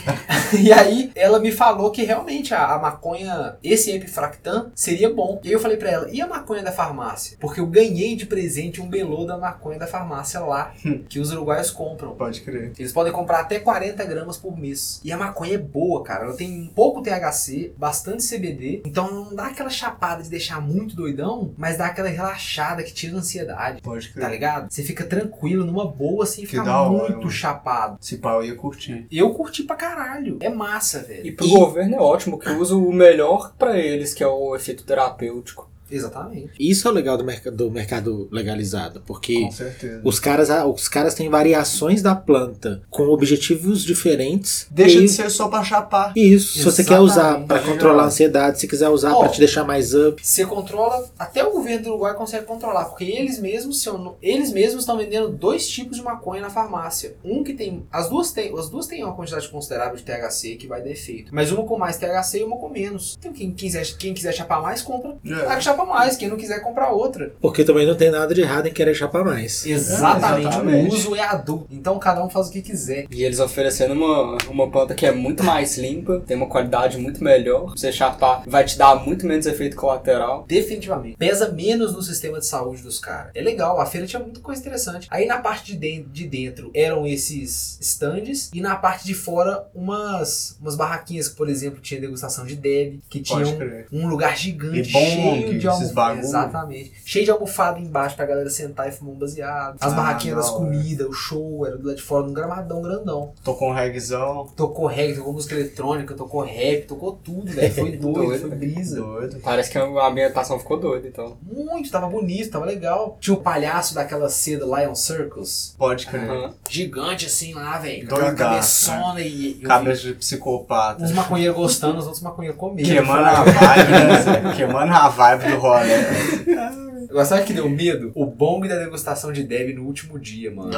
[SPEAKER 3] e aí ela me falou que realmente a, a maconha, esse epifractan, seria bom. E aí eu falei pra ela, e a maconha da farmácia? Porque eu ganhei de presente um belô da maconha da farmácia
[SPEAKER 1] [LAUGHS]
[SPEAKER 3] lá, que os uruguaios compram.
[SPEAKER 1] Pode crer.
[SPEAKER 3] Eles podem comprar até 40 gramas por mês. E a maconha é boa, cara. Ela tem pouco THC, bastante CBD. Então não dá aquela chapada de deixar muito doidão, mas dá aquela relaxada que tira a ansiedade.
[SPEAKER 1] Pode
[SPEAKER 3] Tá
[SPEAKER 1] crer.
[SPEAKER 3] ligado? Você fica tranquilo, numa boa, sem
[SPEAKER 1] É. Que
[SPEAKER 3] ficar
[SPEAKER 1] da hora,
[SPEAKER 3] muito
[SPEAKER 1] mano.
[SPEAKER 3] chapado.
[SPEAKER 1] Se pá, eu ia curtir.
[SPEAKER 3] Eu curti pra caralho. É massa, velho.
[SPEAKER 4] E pro governo é ótimo, que usa o melhor pra eles, que é o efeito terapêutico.
[SPEAKER 3] Exatamente.
[SPEAKER 5] Isso é o legal do, merca- do mercado legalizado, porque
[SPEAKER 1] Com certeza.
[SPEAKER 5] os caras, ah, os caras têm variações da planta com objetivos diferentes.
[SPEAKER 1] Deixa
[SPEAKER 5] e-
[SPEAKER 1] de ser só pra chapar.
[SPEAKER 5] Isso, se você quer usar
[SPEAKER 1] Exatamente.
[SPEAKER 5] pra controlar a ansiedade, se quiser usar
[SPEAKER 3] Ó.
[SPEAKER 5] pra te deixar mais up.
[SPEAKER 3] Você controla, até o governo do Uruguai consegue controlar, porque eles mesmos, se eu não- eles mesmos estão vendendo dois tipos de maconha na farmácia. Um que tem, as duas têm, as duas têm uma quantidade considerável de THC que vai dar efeito, mas uma com mais THC e uma com menos. Então quem quiser, quem quiser chapar mais compra,
[SPEAKER 1] É.
[SPEAKER 3] vai que chapa mais, quem não quiser compra outra.
[SPEAKER 5] Porque também não tem nada de errado em querer chapar mais.
[SPEAKER 3] [LAUGHS] Exatamente,
[SPEAKER 1] exatamente.
[SPEAKER 3] o uso é adulto. Então cada um faz o que quiser.
[SPEAKER 4] E eles oferecendo uma, uma planta que é muito mais limpa, tem uma qualidade muito melhor. Você chapar vai te dar muito menos efeito colateral.
[SPEAKER 3] Definitivamente. Pesa menos no sistema de saúde dos caras. É legal, a feira tinha muita coisa interessante. Aí na parte de dentro, de dentro eram esses stands e na parte de fora umas, umas barraquinhas que, por exemplo, tinha degustação de Deb, que tinha
[SPEAKER 1] Pode
[SPEAKER 3] um,
[SPEAKER 1] crer.
[SPEAKER 3] um lugar gigante
[SPEAKER 1] E bong,
[SPEAKER 3] cheio de
[SPEAKER 1] esses bagulho.
[SPEAKER 3] Exatamente. Cheio de almofada embaixo pra galera sentar e fumar um baseado. As
[SPEAKER 1] Ah,
[SPEAKER 3] barraquinhas
[SPEAKER 1] da
[SPEAKER 3] das
[SPEAKER 1] hora.
[SPEAKER 3] comidas, o show, era do lado de fora num gramadão grandão.
[SPEAKER 1] Tô com um regzão.
[SPEAKER 3] Tocou reggae, tocou música eletrônica, tocou rap, tocou tudo,
[SPEAKER 1] [LAUGHS]
[SPEAKER 3] velho. Foi doido,
[SPEAKER 4] Doido,
[SPEAKER 3] foi
[SPEAKER 4] velho.
[SPEAKER 3] brisa.
[SPEAKER 1] Doido.
[SPEAKER 4] Parece que a ambientação ficou doida, então.
[SPEAKER 3] Muito, tava bonito, tava legal. Tinha o palhaço daquela seda Lion Circus.
[SPEAKER 1] Pode crer.
[SPEAKER 4] Aham.
[SPEAKER 3] Gigante assim lá, velho. Com aquela
[SPEAKER 1] Doidaço,
[SPEAKER 3] cabeçona e. e eu
[SPEAKER 1] Cabeça de psicopata.
[SPEAKER 3] vi Ah, Uns maconheiros gostando, os outros maconheiros comendo. "Ah,
[SPEAKER 1] Queimando a vibe, né, Zé? Queimando a vibe do rolê.
[SPEAKER 3] Agora sabe o que deu medo? O bong da degustação de Deb no último dia, mano.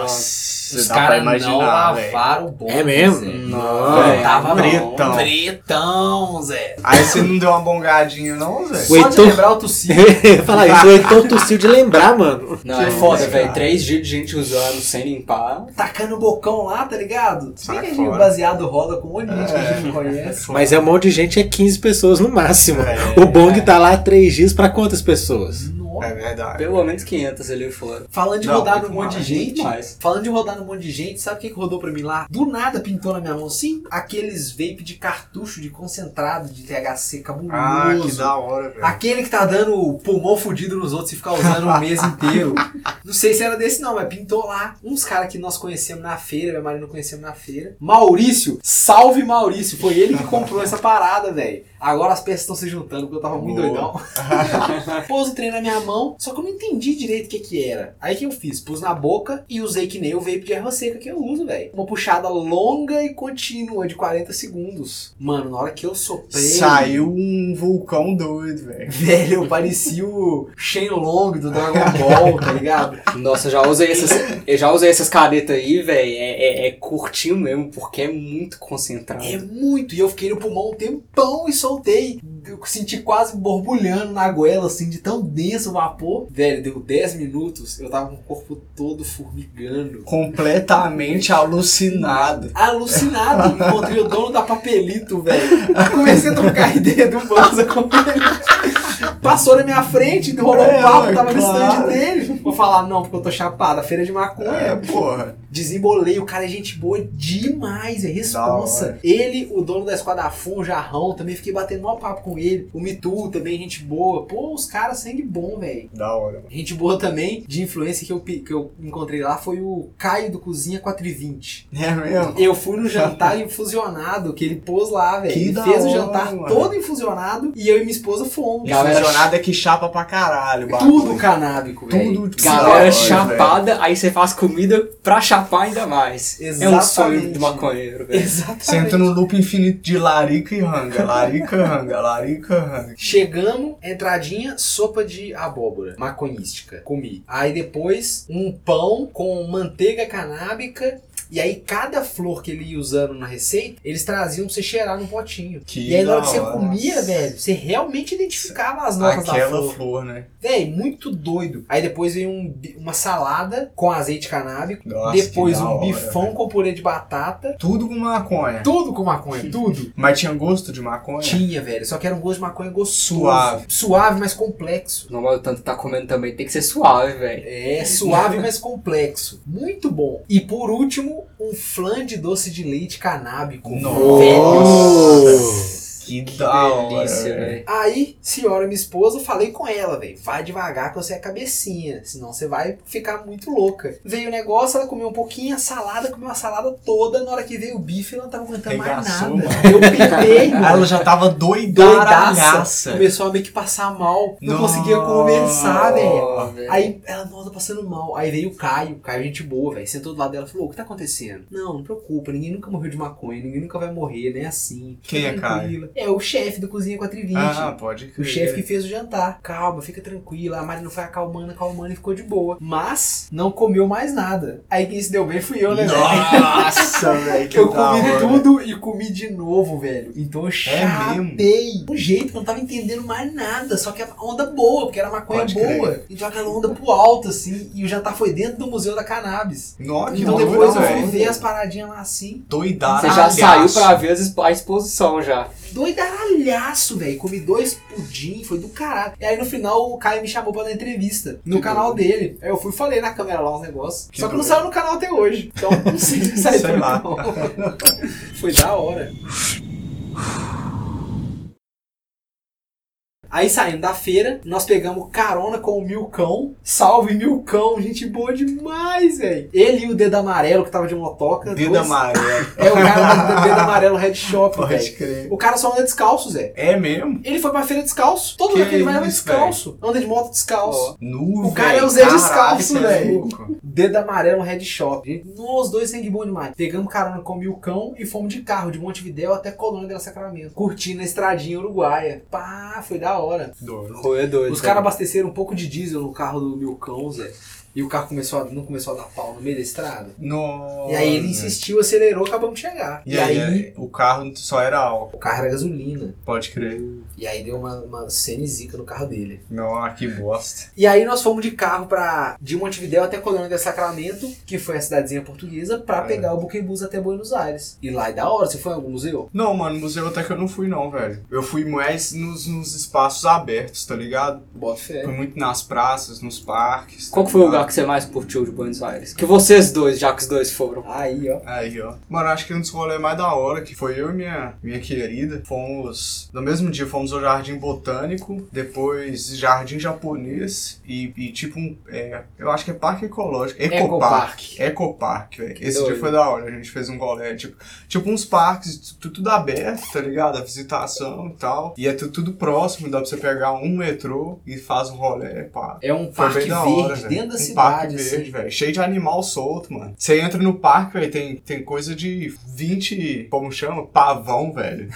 [SPEAKER 1] Nossa,
[SPEAKER 3] Os
[SPEAKER 1] dá pra
[SPEAKER 3] caras não
[SPEAKER 1] imaginar, velho.
[SPEAKER 3] lavaram o bong.
[SPEAKER 5] É mesmo?
[SPEAKER 3] Zé.
[SPEAKER 4] Não,
[SPEAKER 1] velho,
[SPEAKER 3] tava
[SPEAKER 1] pretão.
[SPEAKER 3] Pretão, Zé.
[SPEAKER 1] Aí você não deu uma bongadinha, não, Zé?
[SPEAKER 5] O
[SPEAKER 3] Só de
[SPEAKER 5] Heitor-
[SPEAKER 3] lembrar eu tossi.
[SPEAKER 1] [LAUGHS]
[SPEAKER 5] Falar isso, o Heitor tossiu de lembrar, mano.
[SPEAKER 4] Não, é
[SPEAKER 1] Que
[SPEAKER 4] foda,
[SPEAKER 1] isso,
[SPEAKER 4] velho.
[SPEAKER 1] cara.
[SPEAKER 4] Três dias de gente usando sem limpar.
[SPEAKER 3] Tacando o bocão lá, tá ligado? Se
[SPEAKER 1] Sai
[SPEAKER 3] bem que a gente
[SPEAKER 1] fora.
[SPEAKER 3] baseado roda com um monte de gente que a gente
[SPEAKER 1] [LAUGHS]
[SPEAKER 3] não conhece.
[SPEAKER 5] Mas é um monte de gente, é 15 pessoas no máximo.
[SPEAKER 1] É.
[SPEAKER 5] O Bong tá lá há 3 dias pra quantas pessoas?
[SPEAKER 3] Nossa.
[SPEAKER 1] É verdade.
[SPEAKER 4] Pelo menos 500 ali fora.
[SPEAKER 3] Falando de
[SPEAKER 1] Não,
[SPEAKER 3] rodar num
[SPEAKER 1] muito
[SPEAKER 3] monte de
[SPEAKER 1] mais,
[SPEAKER 3] gente.
[SPEAKER 4] muito mais.
[SPEAKER 3] Falando de rodar num monte de gente, sabe o que, que rodou pra mim lá? Do nada pintou na minha mão, sim, aqueles vape de cartucho de concentrado de THC cabuloso.
[SPEAKER 1] Ah, que da hora, velho.
[SPEAKER 3] Aquele que tá dando o pulmão fudido nos outros e ficar usando o
[SPEAKER 1] [LAUGHS]
[SPEAKER 3] mês inteiro. Não sei se era desse não, mas pintou lá. Uns caras que nós conhecemos na feira, eu e a Marina conhecemos na feira. Maurício, salve Maurício, foi ele que comprou essa parada, velho. Agora as peças estão se juntando, porque eu tava muito
[SPEAKER 1] Boa.
[SPEAKER 3] doidão.
[SPEAKER 1] [LAUGHS]
[SPEAKER 3] pôs o trem na minha mão, só que eu não entendi direito o que que era. Aí o que eu fiz? Pus na boca e usei que nem o vape de erva seca que eu uso, velho. Uma puxada longa e contínua de 40 segundos. Mano, na hora que eu soprei...
[SPEAKER 1] Saiu um vulcão doido, velho.
[SPEAKER 3] [LAUGHS] Velho, eu parecia o Shenlong do Dragon Ball, tá
[SPEAKER 1] [LAUGHS]
[SPEAKER 3] ligado?
[SPEAKER 4] Nossa, eu já usei essas, eu já usei essas caretas aí, velho. É, é, é curtinho mesmo, porque é muito concentrado.
[SPEAKER 3] É muito. E eu fiquei no pulmão um tempão e soltei. Eu senti quase borbulhando na goela, assim, de tão denso o vapor. Velho, deu 10 minutos, eu tava com o corpo todo formigando.
[SPEAKER 1] Completamente alucinado.
[SPEAKER 3] Alucinado, encontrei o dono da papelito, velho. Comecei a trocar [LAUGHS] a ideia do Banza com ele. Passou na minha frente, rolou um
[SPEAKER 1] É,
[SPEAKER 3] papo, tava no
[SPEAKER 1] claro.
[SPEAKER 3] stand dele. Vou falar, não, porque eu tô chapado, feira de maconha.
[SPEAKER 1] É, porra.
[SPEAKER 3] Desembolei, o cara é gente boa demais, é
[SPEAKER 1] Da
[SPEAKER 3] responsa.
[SPEAKER 1] hora.
[SPEAKER 3] Ele, o dono da Esquadra Fon, o Jarrão, também fiquei batendo maior papo com ele. O Mitu também, gente boa. Pô, os caras sangue bom, velho.
[SPEAKER 1] Da hora, mano.
[SPEAKER 3] Gente boa também, de influência que eu, pe- que eu encontrei lá, foi o Caio do Cozinha 420.
[SPEAKER 1] É mesmo?
[SPEAKER 3] Eu fui no jantar [LAUGHS] infusionado que ele pôs lá, velho.
[SPEAKER 1] Que
[SPEAKER 3] Ele
[SPEAKER 1] da
[SPEAKER 3] fez o
[SPEAKER 1] hora,
[SPEAKER 3] jantar
[SPEAKER 1] mano.
[SPEAKER 3] todo infusionado e eu e minha esposa fomos.
[SPEAKER 4] Galera,
[SPEAKER 1] Infusionado é que chapa pra caralho, bagulho.
[SPEAKER 3] tudo canábico, velho.
[SPEAKER 1] Tudo que
[SPEAKER 3] [LAUGHS]
[SPEAKER 4] Galera
[SPEAKER 1] se dá, velho.
[SPEAKER 4] chapada, aí você faz comida pra chapar ainda mais. É um sonho
[SPEAKER 3] Exatamente.
[SPEAKER 4] do maconheiro, velho.
[SPEAKER 3] Exatamente.
[SPEAKER 1] Você entra no loop infinito de larica e ranga, larica e ranga, larica e ranga.
[SPEAKER 3] Chegamos, entradinha, sopa de abóbora maconística. Comi. Aí depois, um pão com manteiga canábica. E aí, cada flor que ele ia usando na receita, eles traziam pra você cheirar num potinho.
[SPEAKER 1] Que
[SPEAKER 3] e aí, na hora que
[SPEAKER 1] da
[SPEAKER 3] você
[SPEAKER 1] hora.
[SPEAKER 3] comia, velho, você realmente identificava as notas da
[SPEAKER 1] Aquela
[SPEAKER 3] flor.
[SPEAKER 1] flor, né?
[SPEAKER 3] Véi, muito doido. Aí depois vem um bi- uma salada com azeite canábico.
[SPEAKER 1] Nossa,
[SPEAKER 3] depois
[SPEAKER 1] que da
[SPEAKER 3] um
[SPEAKER 1] hora,
[SPEAKER 3] bifão
[SPEAKER 1] velho.
[SPEAKER 3] com purê de batata.
[SPEAKER 1] Tudo com maconha.
[SPEAKER 3] Tudo com maconha, tudo.
[SPEAKER 1] Mas tinha gosto de maconha?
[SPEAKER 3] Tinha, velho. Só que era um gosto de maconha gostoso.
[SPEAKER 1] Suave.
[SPEAKER 3] Suave, mas complexo.
[SPEAKER 4] Não, mas o tanto que tá comendo também tem que ser suave, velho.
[SPEAKER 3] É, suave, mas complexo. Muito bom. E por último, um flan de doce de leite canábico.
[SPEAKER 1] Nossa. Que, da
[SPEAKER 4] Delícia,
[SPEAKER 1] hora, velho.
[SPEAKER 4] velho.
[SPEAKER 3] Aí, senhora, minha esposa, falei com ela, velho. Vai devagar que você é cabecinha, senão você vai ficar muito louca. Veio o negócio, ela comeu um pouquinho, a salada, comeu a salada toda. Na hora que veio o bife, ela não tava aguentando mais nada.
[SPEAKER 1] Regaçou, mano.
[SPEAKER 3] Eu pirei,
[SPEAKER 1] [LAUGHS]
[SPEAKER 3] mano.
[SPEAKER 1] Ela já tava
[SPEAKER 3] doidaça.
[SPEAKER 1] doidaraça.
[SPEAKER 3] Começou a meio que passar mal. Não
[SPEAKER 1] Nossa.
[SPEAKER 3] conseguia conversar, velho.
[SPEAKER 4] Ó, velho.
[SPEAKER 3] Aí ela, nossa, tá passando mal. Aí veio o Caio, Caio, gente boa, velho. Sentou do lado dela e falou: O que tá acontecendo? Não, não preocupa, ninguém nunca morreu de maconha, ninguém nunca vai morrer, né? Assim. Fica
[SPEAKER 1] Quem é
[SPEAKER 3] tranquila." É o chefe do Cozinha 420.
[SPEAKER 1] Ah, pode crer.
[SPEAKER 3] O chefe que fez o jantar. Calma, fica tranquila. A Marina foi acalmando, acalmando e ficou de boa. Mas não comeu mais nada. Aí quem se deu bem fui eu, né, velho? [LAUGHS]
[SPEAKER 1] Nossa, velho, que
[SPEAKER 3] Eu
[SPEAKER 1] da
[SPEAKER 3] comi
[SPEAKER 1] hora. É
[SPEAKER 3] tudo e comi de novo, velho. Então eu chapei. Um jeito que eu não tava entendendo mais nada. Só que a onda boa, porque era maconha
[SPEAKER 1] Pode
[SPEAKER 3] boa. Então aquela onda pro alto, assim. E o jantar foi dentro do Museu da Cannabis.
[SPEAKER 1] Nossa, Ah, que
[SPEAKER 3] então
[SPEAKER 1] loucura,
[SPEAKER 3] depois eu fui
[SPEAKER 1] velho.
[SPEAKER 3] ver as paradinhas lá assim.
[SPEAKER 1] Doidaraça.
[SPEAKER 4] Você já saiu pra ver as expo- a exposição já.
[SPEAKER 3] Doidalhaço, é velho. Comi dois pudim, foi do caralho. E aí no final o Caio me chamou pra dar entrevista no
[SPEAKER 1] Que
[SPEAKER 3] canal dele. Aí eu fui e falei na câmera lá uns negócios.
[SPEAKER 1] Que
[SPEAKER 3] Só que não
[SPEAKER 1] doido.
[SPEAKER 3] saiu no canal até hoje. Então não sei se saiu.
[SPEAKER 1] Sei lá.
[SPEAKER 3] não. [LAUGHS] Foi da hora. Aí saindo da feira, nós pegamos carona com o Milcão. Salve Milcão, gente boa demais, velho. Ele e o Dedo Amarelo, que tava de motoca.
[SPEAKER 1] Dedo
[SPEAKER 3] dois-
[SPEAKER 1] amarelo.
[SPEAKER 3] [LAUGHS] É o cara do Dedo Amarelo Head
[SPEAKER 1] [LAUGHS]
[SPEAKER 3] Shop,
[SPEAKER 1] Pode
[SPEAKER 3] velho.
[SPEAKER 1] crer.
[SPEAKER 3] O cara só anda descalço, Zé.
[SPEAKER 1] É mesmo?
[SPEAKER 3] Ele foi pra feira descalço. Todo
[SPEAKER 1] Que
[SPEAKER 3] lugar que ele vai anda
[SPEAKER 1] isso,
[SPEAKER 3] descalço. Anda de moto descalço.
[SPEAKER 1] Nu,
[SPEAKER 3] O cara é
[SPEAKER 1] velho.
[SPEAKER 3] o Zé
[SPEAKER 1] Caralho,
[SPEAKER 3] Descalço,
[SPEAKER 1] você é
[SPEAKER 3] velho.
[SPEAKER 1] louco.
[SPEAKER 3] Dedo
[SPEAKER 1] um
[SPEAKER 3] amarelo, head shop. Nós dois sangue bom demais. Pegamos carona com o Milcão e fomos de carro de Montevidéu até Colônia del Sacramento. Curtindo a estradinha uruguaia. Pá, foi da hora.
[SPEAKER 1] Doido.
[SPEAKER 4] Roê é doido.
[SPEAKER 3] Os caras abasteceram um pouco de diesel no carro do Milcão, Zé. E o carro começou a- não começou a dar pau no meio da estrada.
[SPEAKER 1] Nossa.
[SPEAKER 3] E aí ele insistiu, acelerou, acabamos de chegar.
[SPEAKER 1] E aí, o carro só era álcool.
[SPEAKER 3] o carro era gasolina.
[SPEAKER 1] Pode crer.
[SPEAKER 3] E aí deu uma, uma semi-zica no carro dele.
[SPEAKER 1] Nossa, que bosta.
[SPEAKER 3] E aí nós fomos de carro para de Montevidéu até Colônia de Sacramento, que foi a cidadezinha portuguesa, para
[SPEAKER 1] É.
[SPEAKER 3] pegar o buquebus até Buenos Aires. E lá é da hora, você foi em algum museu?
[SPEAKER 1] Não, mano, museu até que eu não fui não, velho. Eu fui mais nos, nos espaços abertos, tá ligado?
[SPEAKER 3] Bota fé.
[SPEAKER 1] Fui muito nas praças, nos parques. tá
[SPEAKER 4] Qual que foi o
[SPEAKER 1] ligado?
[SPEAKER 4] lugar que você mais curtiu de Buenos Aires? Que vocês dois, já que os dois foram.
[SPEAKER 3] Aí, ó.
[SPEAKER 1] Aí, ó. Mano, acho que um dos rolês mais da hora, que foi eu e minha, minha querida, fomos. No mesmo dia fomos ao Jardim Botânico, depois Jardim Japonês e, e tipo um. é, eu acho que é Parque Ecológico. Ecoparque. Ecoparque, velho. Esse
[SPEAKER 4] doido.
[SPEAKER 1] dia foi da hora, a gente fez um rolê, tipo, tipo uns parques, tu- tudo aberto, tá ligado? A visitação e tal. E é tu- tudo próximo, dá pra você pegar um metrô e faz um rolê, pá.
[SPEAKER 3] É
[SPEAKER 1] Foi
[SPEAKER 3] um parque
[SPEAKER 1] bem
[SPEAKER 3] verde
[SPEAKER 1] da hora, velho.
[SPEAKER 3] dentro da
[SPEAKER 1] um
[SPEAKER 3] cidade,
[SPEAKER 1] Parque verde,
[SPEAKER 3] assim.
[SPEAKER 1] velho. Cheio de animal solto, mano. Você entra no parque, velho, tem, tem coisa de 20, como chama? Pavão,
[SPEAKER 3] [LAUGHS]
[SPEAKER 1] velho.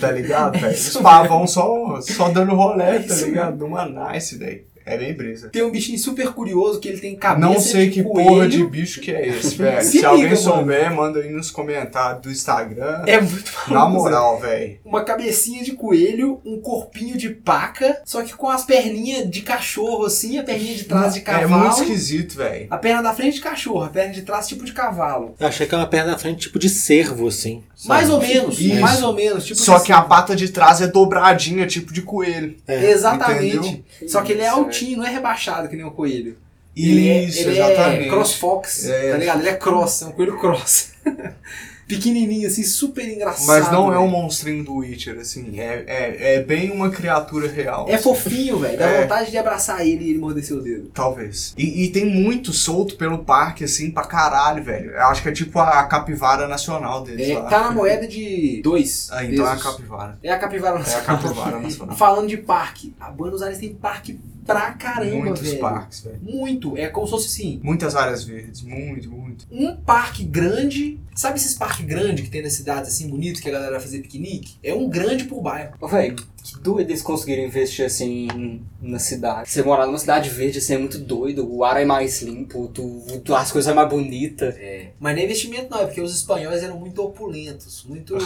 [SPEAKER 1] Tá ligado, velho? Os pavão só, só dando
[SPEAKER 3] É
[SPEAKER 1] rolé, tá ligado? Numa nice, velho. É bem brisa.
[SPEAKER 3] Tem um bichinho super curioso que ele tem cabeça
[SPEAKER 1] Não sei
[SPEAKER 3] de
[SPEAKER 1] que
[SPEAKER 3] coelho.
[SPEAKER 1] porra de bicho que é
[SPEAKER 3] [LAUGHS]
[SPEAKER 1] esse, velho.
[SPEAKER 3] Se
[SPEAKER 1] Se, alguém
[SPEAKER 3] liga, mano.
[SPEAKER 1] souber, manda aí nos comentários do Instagram.
[SPEAKER 3] É muito
[SPEAKER 1] [LAUGHS] Na
[SPEAKER 3] famoso,
[SPEAKER 1] moral, velho.
[SPEAKER 3] Uma cabecinha de coelho, um corpinho de paca, só que com as perninhas de cachorro, assim, a perninha de trás de
[SPEAKER 1] É
[SPEAKER 3] cavalo.
[SPEAKER 1] muito esquisito, velho.
[SPEAKER 3] A perna da frente de cachorro, a perna de trás tipo de cavalo.
[SPEAKER 5] Eu achei que é uma perna na frente, tipo de cervo, assim.
[SPEAKER 3] Mais ou menos,
[SPEAKER 1] Isso.
[SPEAKER 3] mais ou menos. Tipo
[SPEAKER 1] Só
[SPEAKER 3] assim,
[SPEAKER 1] que a pata de trás é dobradinha, tipo de coelho.
[SPEAKER 3] Exatamente.
[SPEAKER 1] Entendeu?
[SPEAKER 3] Só que ele é
[SPEAKER 4] Isso,
[SPEAKER 3] altinho, não é rebaixado que nem o coelho.
[SPEAKER 1] Isso,
[SPEAKER 3] ele é, ele
[SPEAKER 1] exatamente.
[SPEAKER 3] é crossfox,
[SPEAKER 1] É.
[SPEAKER 3] tá ligado? Ele é cross, é um coelho cross. [LAUGHS] Pequenininho, assim, super engraçado.
[SPEAKER 1] Mas não é um
[SPEAKER 3] velho.
[SPEAKER 1] monstrinho do Witcher, assim. É, é, é bem uma criatura real.
[SPEAKER 3] É fofinho, velho. Dá
[SPEAKER 1] É.
[SPEAKER 3] vontade de abraçar ele e ele morder seu dedo.
[SPEAKER 1] assim, Talvez. E, e tem muito solto pelo parque, assim, pra caralho, velho. Eu acho que é tipo a, capivara nacional deles
[SPEAKER 3] É,
[SPEAKER 1] lá.
[SPEAKER 3] tá na moeda de dois.
[SPEAKER 1] Ah, então é a
[SPEAKER 3] pesos.
[SPEAKER 1] capivara.
[SPEAKER 3] É a capivara
[SPEAKER 1] É a
[SPEAKER 3] nacional. [LAUGHS]
[SPEAKER 1] capivara nacional.
[SPEAKER 3] Falando de parque, a Buenos Aires tem parque pra caramba,
[SPEAKER 1] Muitos
[SPEAKER 3] velho.
[SPEAKER 1] parques, velho.
[SPEAKER 3] Muito. É como se fosse assim,
[SPEAKER 1] Muitas áreas verdes, muito, muito.
[SPEAKER 3] um parque grande. Sabe esses parques grandes que tem nas cidades assim bonitos que a galera vai fazer piquenique? É um grande por bairro.
[SPEAKER 4] Ô, Véi, que doido eles conseguiram investir assim em- na cidade. Você morar numa cidade verde assim é muito doido, o ar é mais limpo, tu, tu- as coisas é mais bonita.
[SPEAKER 3] Mas não é investimento não, é porque os espanhóis eram muito opulentos,
[SPEAKER 1] [LAUGHS]
[SPEAKER 3] muito.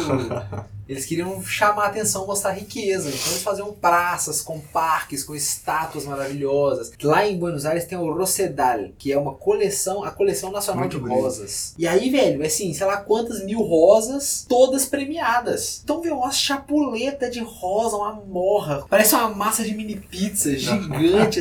[SPEAKER 3] eles queriam chamar a atenção, mostrar riqueza. Então eles faziam praças com parques, com estátuas maravilhosas. Lá em Buenos Aires tem o Rosedal, que é uma coleção, a coleção nacional
[SPEAKER 1] Muito
[SPEAKER 3] de
[SPEAKER 1] bonito.
[SPEAKER 3] rosas. E aí, velho, é assim, sei lá quantas mil rosas, todas premiadas. Então, vê uma chapuleta de rosa, uma morra. Parece uma massa de mini pizza gigante,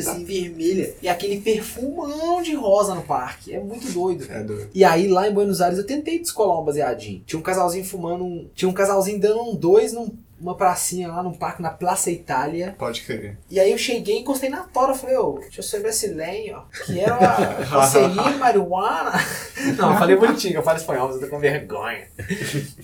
[SPEAKER 1] [LAUGHS]
[SPEAKER 3] assim, vermelha. E aquele perfumão de rosa no parque. É muito doido.
[SPEAKER 1] É doido.
[SPEAKER 3] E aí lá em Buenos Aires eu tentei descolar um baseadinho. Tinha um casalzinho fumando um. Tinha um casalzinho dando um dois num- numa pracinha lá num parque na Plaza Itália.
[SPEAKER 1] Pode crer.
[SPEAKER 3] E aí eu cheguei, encostei na tora, falei, ô, deixa eu ser brasileiro, ó, que era [LAUGHS] uma roseirinha de marihuana. [LAUGHS] Não, eu falei bonitinho, eu falo espanhol, mas eu tô com [LAUGHS] vergonha.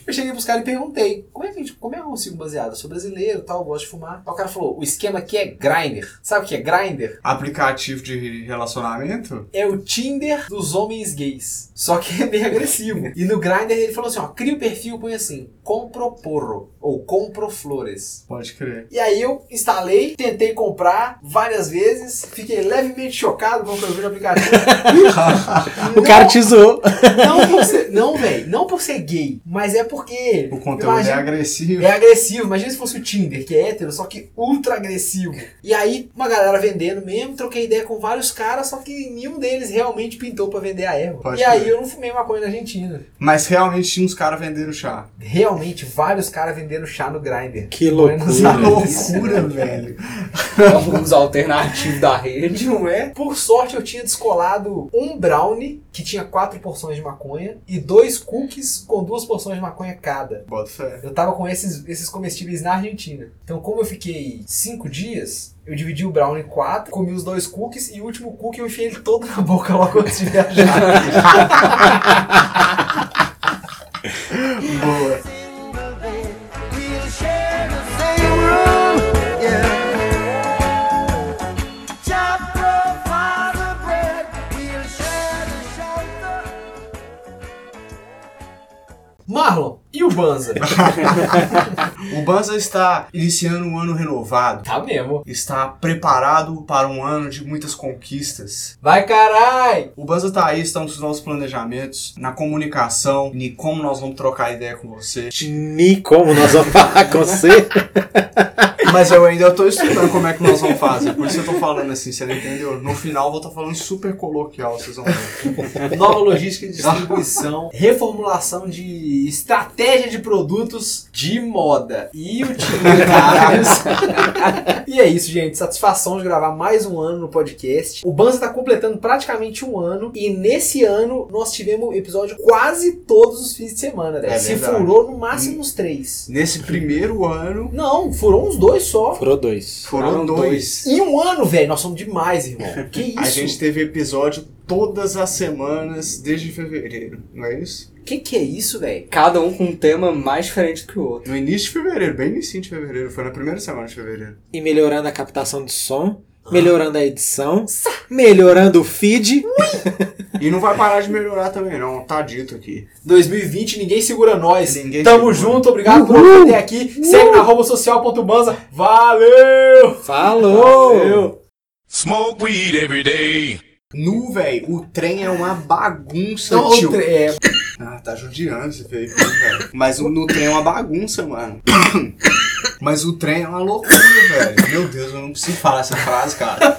[SPEAKER 3] Eu cheguei pros caras e perguntei, como é que a gente, como é que eu consigo baseado? Eu sou brasileiro, tal, eu gosto de fumar. Aí o cara falou, o esquema aqui é grinder. Sabe o que é grinder?
[SPEAKER 1] Aplicativo de relacionamento?
[SPEAKER 3] é o Tinder dos homens gays. Só que é bem [LAUGHS] agressivo. E no Grindr ele falou assim, ó, cria o perfil, põe assim, compro porro ou compro flores.
[SPEAKER 1] Pode crer. [LAUGHS]
[SPEAKER 3] E aí eu instalei, tentei comprar várias vezes, fiquei levemente chocado com o que eu vi no aplicativo.
[SPEAKER 5] O cara te
[SPEAKER 3] [LAUGHS]
[SPEAKER 5] zoou.
[SPEAKER 3] Não por ser, não, velho, não por ser gay, mas é porque
[SPEAKER 1] O conteúdo é
[SPEAKER 3] imagina-
[SPEAKER 1] agressivo.
[SPEAKER 3] é agressivo, imagina se fosse o Tinder, que é hétero, só que ultra agressivo. E aí, uma galera vendendo mesmo, troquei ideia com vários caras, só que nenhum deles realmente pintou pra vender a erva.
[SPEAKER 1] Pode
[SPEAKER 3] e aí
[SPEAKER 1] crer.
[SPEAKER 3] eu não fumei maconha na Argentina.
[SPEAKER 1] Mas realmente tinha uns caras vendendo chá.
[SPEAKER 3] Realmente, vários caras vendendo chá no Grindr.
[SPEAKER 5] Que
[SPEAKER 3] Buenos
[SPEAKER 1] Que
[SPEAKER 5] loucura.
[SPEAKER 3] Aires.
[SPEAKER 1] loucura, velho.
[SPEAKER 4] Alguns [LAUGHS] alternativos da rede.
[SPEAKER 3] Não é? Por sorte, eu tinha descolado um brownie, que tinha quatro porções de maconha, e dois cookies com duas porções de maconha cada.
[SPEAKER 1] Bota fé.
[SPEAKER 3] Eu tava com esses, esses comestíveis na Argentina. Então, como eu fiquei cinco dias, eu dividi o brownie em quatro, comi os dois cookies e o último cookie eu enfiei ele todo na boca logo antes de viajar.
[SPEAKER 1] Boa.
[SPEAKER 3] Marlon, e o Banza?
[SPEAKER 1] O Banza está iniciando um ano renovado.
[SPEAKER 3] tá mesmo.
[SPEAKER 1] Está preparado para um ano de muitas conquistas.
[SPEAKER 3] Vai, carai!
[SPEAKER 1] O Banza tá aí, estamos nos nossos planejamentos, na comunicação, em como nós vamos trocar ideia com você.
[SPEAKER 5] Ni como nós vamos falar com
[SPEAKER 3] [LAUGHS]
[SPEAKER 5] você?
[SPEAKER 1] Mas eu ainda tô estudando como é que nós vamos fazer, por isso eu tô falando assim, você não entendeu? No final eu vou estar falando super coloquial, vocês vão ver.
[SPEAKER 3] Nova logística
[SPEAKER 1] [LAUGHS]
[SPEAKER 3] de distribuição, reformulação de estratégia de produtos de moda e
[SPEAKER 1] [LAUGHS]
[SPEAKER 3] utilitários. e é isso, gente. Satisfação de gravar mais um ano no podcast. O Banza está completando praticamente um ano e nesse ano nós tivemos episódio quase todos os fins de semana. né?
[SPEAKER 1] É
[SPEAKER 3] Se
[SPEAKER 1] verdade.
[SPEAKER 3] furou no máximo uns três.
[SPEAKER 1] Nesse primeiro ano,
[SPEAKER 3] Não, furou uns dois só.
[SPEAKER 5] Furou dois.
[SPEAKER 1] foram
[SPEAKER 4] Foram
[SPEAKER 1] dois.
[SPEAKER 3] Em um ano, velho, nós somos demais, irmão. Que isso?
[SPEAKER 1] [LAUGHS] A gente teve episódio todas as semanas desde fevereiro, não é isso?
[SPEAKER 3] Que que é isso, velho?
[SPEAKER 4] Cada um com um tema mais diferente que o outro.
[SPEAKER 1] No início de fevereiro, bem no início de fevereiro, foi na primeira semana de fevereiro.
[SPEAKER 5] E melhorando a captação de som,
[SPEAKER 3] Ah.
[SPEAKER 5] melhorando a edição, melhorando o feed.
[SPEAKER 1] E não vai parar de melhorar também não, tá dito aqui.
[SPEAKER 3] 2020, ninguém segura nós.
[SPEAKER 1] Ninguém
[SPEAKER 3] Tamo
[SPEAKER 1] segura.
[SPEAKER 3] junto, obrigado por ouvir até aqui. Segue na arroba social.banza. Valeu!
[SPEAKER 5] Falou!
[SPEAKER 7] Smoke weed every day.
[SPEAKER 1] Nu, velho, o trem é uma bagunça,
[SPEAKER 3] Não,
[SPEAKER 1] tio.
[SPEAKER 3] outra- é,
[SPEAKER 1] Ah, tá judiando esse veículo, velho. Mas o, no trem é uma bagunça, mano. Mas o trem é uma loucura, velho. Meu Deus, eu não preciso falar essa frase, cara.